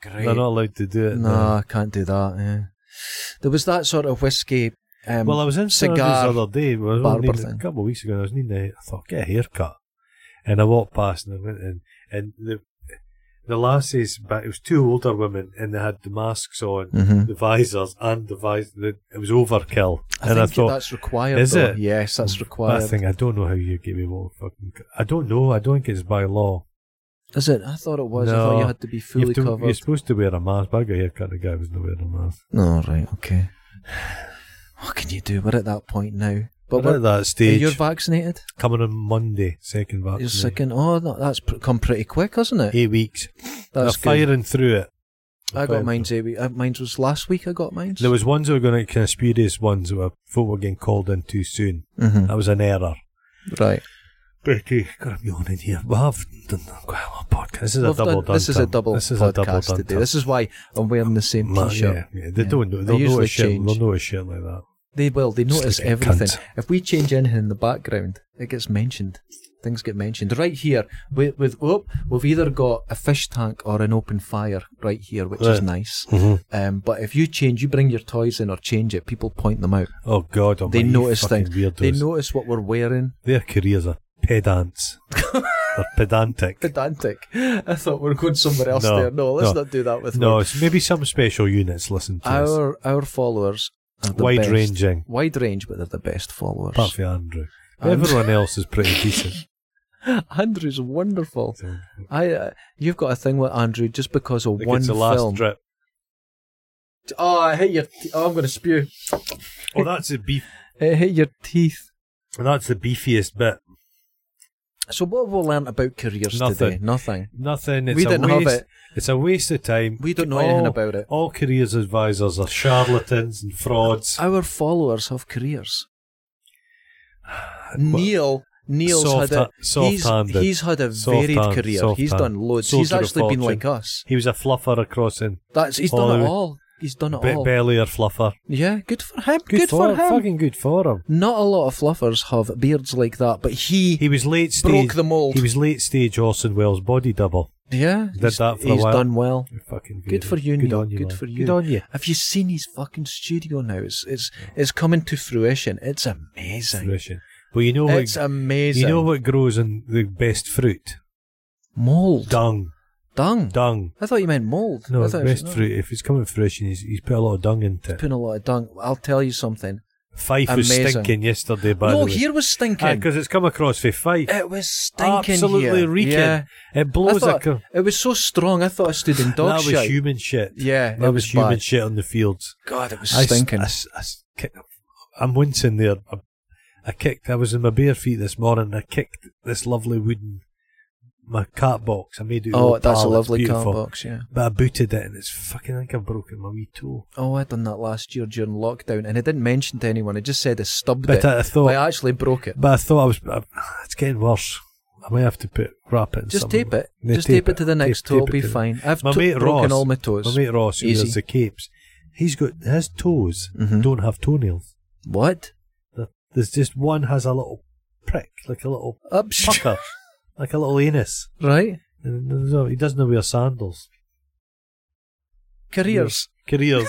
Speaker 2: Great.
Speaker 1: They're not allowed to do it.
Speaker 2: No,
Speaker 1: now.
Speaker 2: I can't do that. Yeah. There was that sort of whiskey. Um,
Speaker 1: Well, I was in St
Speaker 2: cigar.
Speaker 1: Andrews the other day. I was
Speaker 2: barber
Speaker 1: needing-
Speaker 2: thing.
Speaker 1: a couple of weeks ago. And I was needing. A, I thought get a haircut, and I walked past and I went in, and the the lassies, but it was two older women, and they had the masks on,
Speaker 2: Mhm.
Speaker 1: the visors, and the visor. The, it was overkill,
Speaker 2: I
Speaker 1: and
Speaker 2: think
Speaker 1: I thought.
Speaker 2: that's required.
Speaker 1: Is
Speaker 2: though.
Speaker 1: it?
Speaker 2: Yes, that's
Speaker 1: I
Speaker 2: required.
Speaker 1: think I don't know how you give me more fucking. c- I don't know. I don't think it's by law.
Speaker 2: Is it? I thought it was. I
Speaker 1: No.
Speaker 2: thought you had to be
Speaker 1: You
Speaker 2: fully
Speaker 1: have to-
Speaker 2: covered.
Speaker 1: You're supposed to wear a mask. But I got a haircut. The guy wasn't wearing a mask.
Speaker 2: No, right, okay. What can you do? We're at that point now. But
Speaker 1: But
Speaker 2: we're,
Speaker 1: at that
Speaker 2: are
Speaker 1: stage,
Speaker 2: you're vaccinated.
Speaker 1: coming on Monday, second vaccine,
Speaker 2: You're second. Oh, no, that's pr- come pretty quick, hasn't it?
Speaker 1: eight weeks.
Speaker 2: That's
Speaker 1: They're
Speaker 2: good.
Speaker 1: firing through it.
Speaker 2: I
Speaker 1: Firing
Speaker 2: got mine. Eight week. uh, Mine was last week. I got mine.
Speaker 1: There was ones that were going to kind of spurious ones that were thought were getting called in too soon.
Speaker 2: hmm
Speaker 1: That was an error.
Speaker 2: Right.
Speaker 1: Betty, got to be on in here. We have done quite a lot of podcasts. This is
Speaker 2: We've
Speaker 1: a double
Speaker 2: done-
Speaker 1: done.
Speaker 2: this is a
Speaker 1: time.
Speaker 2: double
Speaker 1: This is
Speaker 2: podcast
Speaker 1: a double done.
Speaker 2: today.
Speaker 1: time.
Speaker 2: This is why I'm wearing the same
Speaker 1: Man,
Speaker 2: t-shirt.
Speaker 1: yeah, yeah, they
Speaker 2: Yeah.
Speaker 1: don't know. They'll know
Speaker 2: usually
Speaker 1: a shit.
Speaker 2: change.
Speaker 1: They'll know a shit like that.
Speaker 2: They will. They
Speaker 1: Just
Speaker 2: notice
Speaker 1: like a
Speaker 2: everything.
Speaker 1: cunt.
Speaker 2: If we change anything in the background, it gets mentioned. Things get mentioned right here. With with oh, we've either got a fish tank or an open fire right here, which is
Speaker 1: Right.
Speaker 2: nice.
Speaker 1: Mhm.
Speaker 2: Um, but if you change, you bring your toys in or change it, people point them out.
Speaker 1: Oh God, oh,
Speaker 2: They notice things.
Speaker 1: Weirdos.
Speaker 2: They notice what we're wearing.
Speaker 1: Their careers are pedants. They're pedantic.
Speaker 2: Pedantic. I thought we were going somewhere else
Speaker 1: No,
Speaker 2: there. No, let's
Speaker 1: no,
Speaker 2: not do that with
Speaker 1: no,
Speaker 2: me.
Speaker 1: it's maybe some special units listen to us.
Speaker 2: Our our followers are the
Speaker 1: Wide
Speaker 2: best.
Speaker 1: ranging.
Speaker 2: Wide range, but they're the best followers.
Speaker 1: Apart from Andrew.
Speaker 2: And-
Speaker 1: Everyone else is pretty decent.
Speaker 2: Andrew's wonderful.
Speaker 1: So,
Speaker 2: I, uh, you've got a thing with Andrew just because of
Speaker 1: I think
Speaker 2: one
Speaker 1: it's the last
Speaker 2: film.
Speaker 1: drip.
Speaker 2: Oh, I hate your. Te- oh, I'm going to spew.
Speaker 1: Oh, that's the beef.
Speaker 2: I hate your teeth.
Speaker 1: That's the beefiest bit.
Speaker 2: So what have we learnt about careers today?
Speaker 1: Nothing.
Speaker 2: Nothing.
Speaker 1: Nothing. It's
Speaker 2: We
Speaker 1: a
Speaker 2: didn't have
Speaker 1: waste.
Speaker 2: it.
Speaker 1: It's a waste of time.
Speaker 2: We don't know
Speaker 1: all,
Speaker 2: anything about it.
Speaker 1: All careers advisors are charlatans and frauds.
Speaker 2: Our followers have careers. Neil. Neil's
Speaker 1: Soft-
Speaker 2: had a he's,
Speaker 1: soft-handed.
Speaker 2: he's had a varied
Speaker 1: Soft-hand-
Speaker 2: career. he's
Speaker 1: soft-hand.
Speaker 2: done loads.
Speaker 1: Soldier
Speaker 2: he's
Speaker 1: of
Speaker 2: actually been
Speaker 1: fortune.
Speaker 2: like us.
Speaker 1: He was a fluffer across in
Speaker 2: That's he's done
Speaker 1: Hollywood.
Speaker 2: it all. He's done it
Speaker 1: be-
Speaker 2: all.
Speaker 1: bellier fluffer.
Speaker 2: Yeah, good for him. Good, for, him.
Speaker 1: Fucking good for him.
Speaker 2: Not a lot of fluffers have beards like that, but he,
Speaker 1: He was late stage.
Speaker 2: broke the mold.
Speaker 1: He was late stage Orson Welles body double.
Speaker 2: yeah,
Speaker 1: Did
Speaker 2: he's,
Speaker 1: that for a
Speaker 2: he's
Speaker 1: while.
Speaker 2: done well.
Speaker 1: Fucking
Speaker 2: Good
Speaker 1: weirdo.
Speaker 2: for you,
Speaker 1: Good
Speaker 2: Neil.
Speaker 1: On you
Speaker 2: Good
Speaker 1: man.
Speaker 2: for you.
Speaker 1: Good on you.
Speaker 2: Have you seen his fucking studio now? It's it's it's coming to fruition. It's amazing.
Speaker 1: Fruition. But you know
Speaker 2: It's
Speaker 1: what?
Speaker 2: amazing.
Speaker 1: You know what grows in the best fruit?
Speaker 2: mold
Speaker 1: Dung.
Speaker 2: dung.
Speaker 1: Dung.
Speaker 2: I thought you meant mold.
Speaker 1: No,
Speaker 2: I
Speaker 1: it's
Speaker 2: thought it
Speaker 1: best
Speaker 2: was- no.
Speaker 1: fruit. If it's coming fruition, he's, he's put a lot of dung into it.
Speaker 2: Putting a lot of dung. I'll tell you something.
Speaker 1: Fife was
Speaker 2: Amazing.
Speaker 1: stinking yesterday, by
Speaker 2: no,
Speaker 1: the way.
Speaker 2: here was stinking.
Speaker 1: because it's come across for Fife.
Speaker 2: it was stinking
Speaker 1: Absolutely
Speaker 2: here.
Speaker 1: reeking.
Speaker 2: Yeah.
Speaker 1: It
Speaker 2: I
Speaker 1: blows
Speaker 2: thought,
Speaker 1: a. Co-
Speaker 2: it was so strong. I thought I stood in dog
Speaker 1: that
Speaker 2: shit.
Speaker 1: was human shit.
Speaker 2: Yeah, it
Speaker 1: that was,
Speaker 2: was
Speaker 1: human
Speaker 2: bad.
Speaker 1: shit on the fields.
Speaker 2: God, it was
Speaker 1: I s-
Speaker 2: stinking.
Speaker 1: I, s- I s- kick- I'm wincing there. I, I kicked. I was in my bare feet this morning. and I kicked this lovely wooden my cat box. I made it.
Speaker 2: oh,
Speaker 1: all
Speaker 2: that's a
Speaker 1: pallets,
Speaker 2: lovely car
Speaker 1: beautiful.
Speaker 2: box. Yeah.
Speaker 1: But I booted it, and it's fucking. I think I've broken my wee toe.
Speaker 2: Oh, I done that last year during lockdown, and I didn't mention to anyone. I just said I stubbed
Speaker 1: But
Speaker 2: it.
Speaker 1: I thought
Speaker 2: I actually broke it.
Speaker 1: But I thought I was. I, it's getting worse. I might have to put wrap it. In
Speaker 2: Just
Speaker 1: some-
Speaker 2: tape it.
Speaker 1: Yeah,
Speaker 2: Just tape, it to the next
Speaker 1: Tape-
Speaker 2: toe.
Speaker 1: tape
Speaker 2: It'll
Speaker 1: it
Speaker 2: be
Speaker 1: to the-
Speaker 2: fine. I've
Speaker 1: My
Speaker 2: to-
Speaker 1: mate
Speaker 2: broken
Speaker 1: Ross.
Speaker 2: all my toes.
Speaker 1: My mate Ross, who
Speaker 2: Easy.
Speaker 1: wears the capes, He's got his toes
Speaker 2: Mhm.
Speaker 1: don't have toenails.
Speaker 2: What?
Speaker 1: Th- There's just one has a little prick, like a little
Speaker 2: Up
Speaker 1: pucker, like a little anus.
Speaker 2: Right?
Speaker 1: And there's no- He doesn't wear sandals.
Speaker 2: Careers.
Speaker 1: Careers.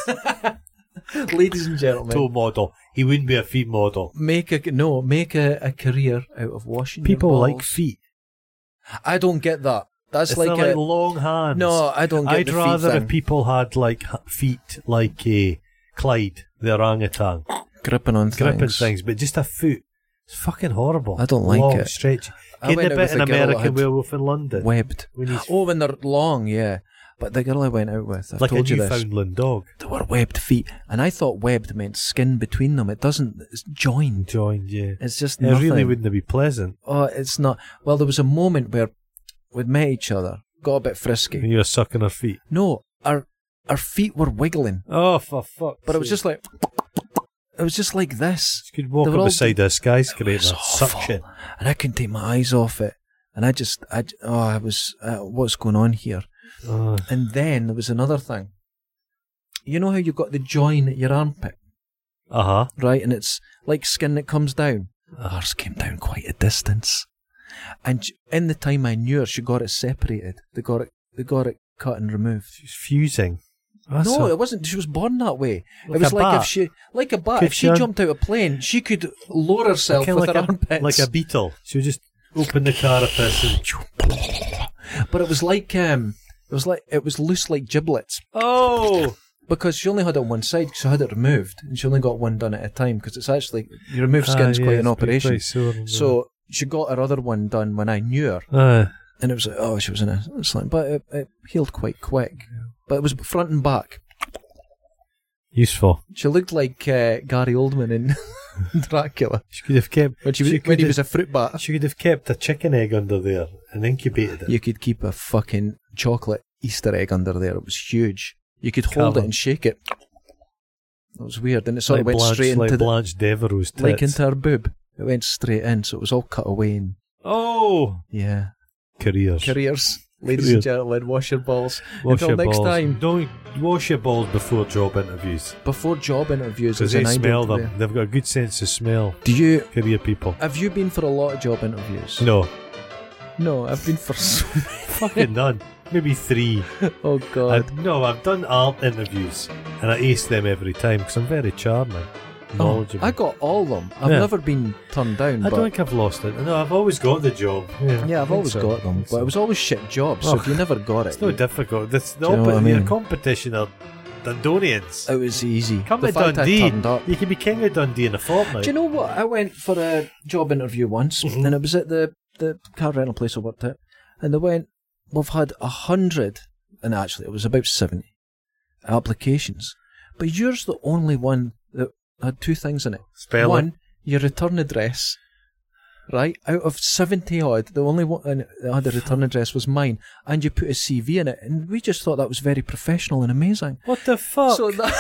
Speaker 2: Ladies and gentlemen.
Speaker 1: Toe model. He wouldn't be a feet model.
Speaker 2: Make a no, make a, a career out of washing. your
Speaker 1: People like
Speaker 2: balls.
Speaker 1: feet.
Speaker 2: I don't get that. That's
Speaker 1: It's
Speaker 2: like,
Speaker 1: not like
Speaker 2: a,
Speaker 1: long hands.
Speaker 2: no. I don't get
Speaker 1: I'd
Speaker 2: the feet
Speaker 1: rather
Speaker 2: thing.
Speaker 1: if people had like h- feet like uh, Clyde, the orangutan,
Speaker 2: gripping on
Speaker 1: gripping
Speaker 2: things.
Speaker 1: things. but just a foot. It's fucking horrible.
Speaker 2: I don't like
Speaker 1: Long
Speaker 2: it.
Speaker 1: Stretch. Getting
Speaker 2: I went
Speaker 1: a
Speaker 2: out
Speaker 1: bit
Speaker 2: with
Speaker 1: in
Speaker 2: a girl that
Speaker 1: American
Speaker 2: had
Speaker 1: Werewolf in London.
Speaker 2: Webbed.
Speaker 1: When he's-
Speaker 2: Oh, when they're long, yeah. But the girl I went out with, I've
Speaker 1: like a
Speaker 2: told you this.
Speaker 1: Newfoundland dog.
Speaker 2: They were webbed feet, and I thought webbed meant skin between them. It doesn't. It's joined.
Speaker 1: Joined, yeah.
Speaker 2: It's just
Speaker 1: It
Speaker 2: nothing.
Speaker 1: really wouldn't be pleasant.
Speaker 2: Oh, it's not. Well, there was a moment where we'd met each other, got a bit frisky.
Speaker 1: And you're sucking her feet.
Speaker 2: No, our our feet were wiggling.
Speaker 1: Oh, for fuck.
Speaker 2: But it was just like it was just like this.
Speaker 1: You could walk
Speaker 2: they were
Speaker 1: up
Speaker 2: all-
Speaker 1: beside a skyscraper,
Speaker 2: It's awful.
Speaker 1: suction.
Speaker 2: And I couldn't take my eyes off it. And I just, I, j- oh, I was, uh, what's going on here?
Speaker 1: Oh,
Speaker 2: And then there was another thing. You know how you've got the join at your armpit,
Speaker 1: uh huh.
Speaker 2: right? And it's like skin that comes down.
Speaker 1: Uh-huh.
Speaker 2: Ours came down quite a distance. And j- in the time I knew her, she got it separated. They got it, they got it cut and removed.
Speaker 1: She's fusing. That's
Speaker 2: no,
Speaker 1: a-
Speaker 2: it wasn't. She was born that way.
Speaker 1: Like
Speaker 2: it was
Speaker 1: a
Speaker 2: like
Speaker 1: bat.
Speaker 2: if she, like a bat,
Speaker 1: Could
Speaker 2: if she
Speaker 1: she un-
Speaker 2: jumped out of a plane, she could lower herself
Speaker 1: kinda
Speaker 2: with
Speaker 1: like
Speaker 2: her
Speaker 1: a,
Speaker 2: armpits.
Speaker 1: Like a beetle. She'll just open the carapace and.
Speaker 2: but it was like um, it was like it was loose like giblets
Speaker 1: Oh!
Speaker 2: because she only had it on one side. 'cause She had it removed, and she only got one done at a time because it's actually you
Speaker 1: Ah,
Speaker 2: remove skin's quite an operation. So she got her other one done when I knew her,
Speaker 1: Uh,
Speaker 2: and it was like oh she was in a sling, but it, it healed quite quick. But it was front and back.
Speaker 1: useful.
Speaker 2: She looked like uh, Gary Oldman in Dracula
Speaker 1: She could have kept.
Speaker 2: when she was,
Speaker 1: could
Speaker 2: when he
Speaker 1: have-
Speaker 2: was a fruit bat.
Speaker 1: She could have kept a chicken egg under there and incubated it.
Speaker 2: You could keep a fucking chocolate Easter egg under there. It was huge. You could hold
Speaker 1: Cover.
Speaker 2: it and shake it. It was weird, and it sort
Speaker 1: like
Speaker 2: of went
Speaker 1: Blanche,
Speaker 2: straight into
Speaker 1: like
Speaker 2: the,
Speaker 1: Blanche Devereaux's tits.
Speaker 2: like into her boob. It went straight in, so it was all cut away. And
Speaker 1: oh,
Speaker 2: yeah,
Speaker 1: careers.
Speaker 2: careers, ladies and
Speaker 1: Careers.
Speaker 2: gentlemen, wash your balls.
Speaker 1: Wash
Speaker 2: Until
Speaker 1: your
Speaker 2: next
Speaker 1: balls.
Speaker 2: time,
Speaker 1: Don't wash your balls before job interviews
Speaker 2: before job interviews,
Speaker 1: because
Speaker 2: is
Speaker 1: they
Speaker 2: an
Speaker 1: smell
Speaker 2: idol
Speaker 1: them.
Speaker 2: today.
Speaker 1: They've got a good sense of smell.
Speaker 2: Do you?
Speaker 1: Career people.
Speaker 2: Have you been for a lot of job interviews?
Speaker 1: No,
Speaker 2: no, I've been for so.
Speaker 1: fucking none. Maybe three.
Speaker 2: oh
Speaker 1: I,
Speaker 2: God,
Speaker 1: no, I've done art interviews and I ace them every time because I'm very charming,
Speaker 2: oh,
Speaker 1: knowledgeable.
Speaker 2: I got all of them. I've
Speaker 1: Yeah.
Speaker 2: never been turned down.
Speaker 1: I
Speaker 2: but
Speaker 1: don't think I've lost it. No, I've always got the job. Yeah,
Speaker 2: Yeah,
Speaker 1: I
Speaker 2: I've
Speaker 1: think
Speaker 2: always
Speaker 1: so.
Speaker 2: got
Speaker 1: I
Speaker 2: them,
Speaker 1: think
Speaker 2: but
Speaker 1: so.
Speaker 2: it was always shit jobs. So
Speaker 1: Oh,
Speaker 2: if you never got it,
Speaker 1: It's no
Speaker 2: you-
Speaker 1: difficult. That's the
Speaker 2: Do you know
Speaker 1: opposite.
Speaker 2: what I
Speaker 1: Your
Speaker 2: mean?
Speaker 1: competition are Dundonians.
Speaker 2: it was easy.
Speaker 1: Come
Speaker 2: the
Speaker 1: to
Speaker 2: fact I
Speaker 1: Dundee.
Speaker 2: turned up.
Speaker 1: You can be king of Dundee in a fortnight.
Speaker 2: Do you know what? I went for a job interview once,
Speaker 1: Mhm.
Speaker 2: and it was at the the car rental place I worked at, and they went, "We've had a hundred, and actually it was about seventy applications, but yours the only one that had two things in it.
Speaker 1: Spelling.
Speaker 2: One, your return address." Right, out of seventy odd, the only one and that had a return address was mine, and you put a CV in it, and we just thought that was very professional and amazing.
Speaker 1: What the fuck?
Speaker 2: So that-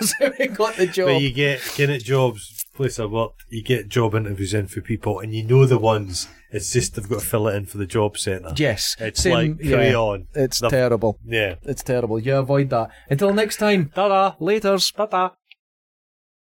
Speaker 2: that's how we got the job.
Speaker 1: But you get getting at jobs, place I worked, you get job interviews in for people, and you know the ones. It's just they've got to fill it in for the job centre.
Speaker 2: Yes,
Speaker 1: It's
Speaker 2: same-
Speaker 1: like carry
Speaker 2: yeah.
Speaker 1: on.
Speaker 2: It's
Speaker 1: The-
Speaker 2: terrible.
Speaker 1: Yeah.
Speaker 2: It's terrible. You avoid that. Until next time.
Speaker 1: Ta-da.
Speaker 2: Later's.
Speaker 1: Ta-da.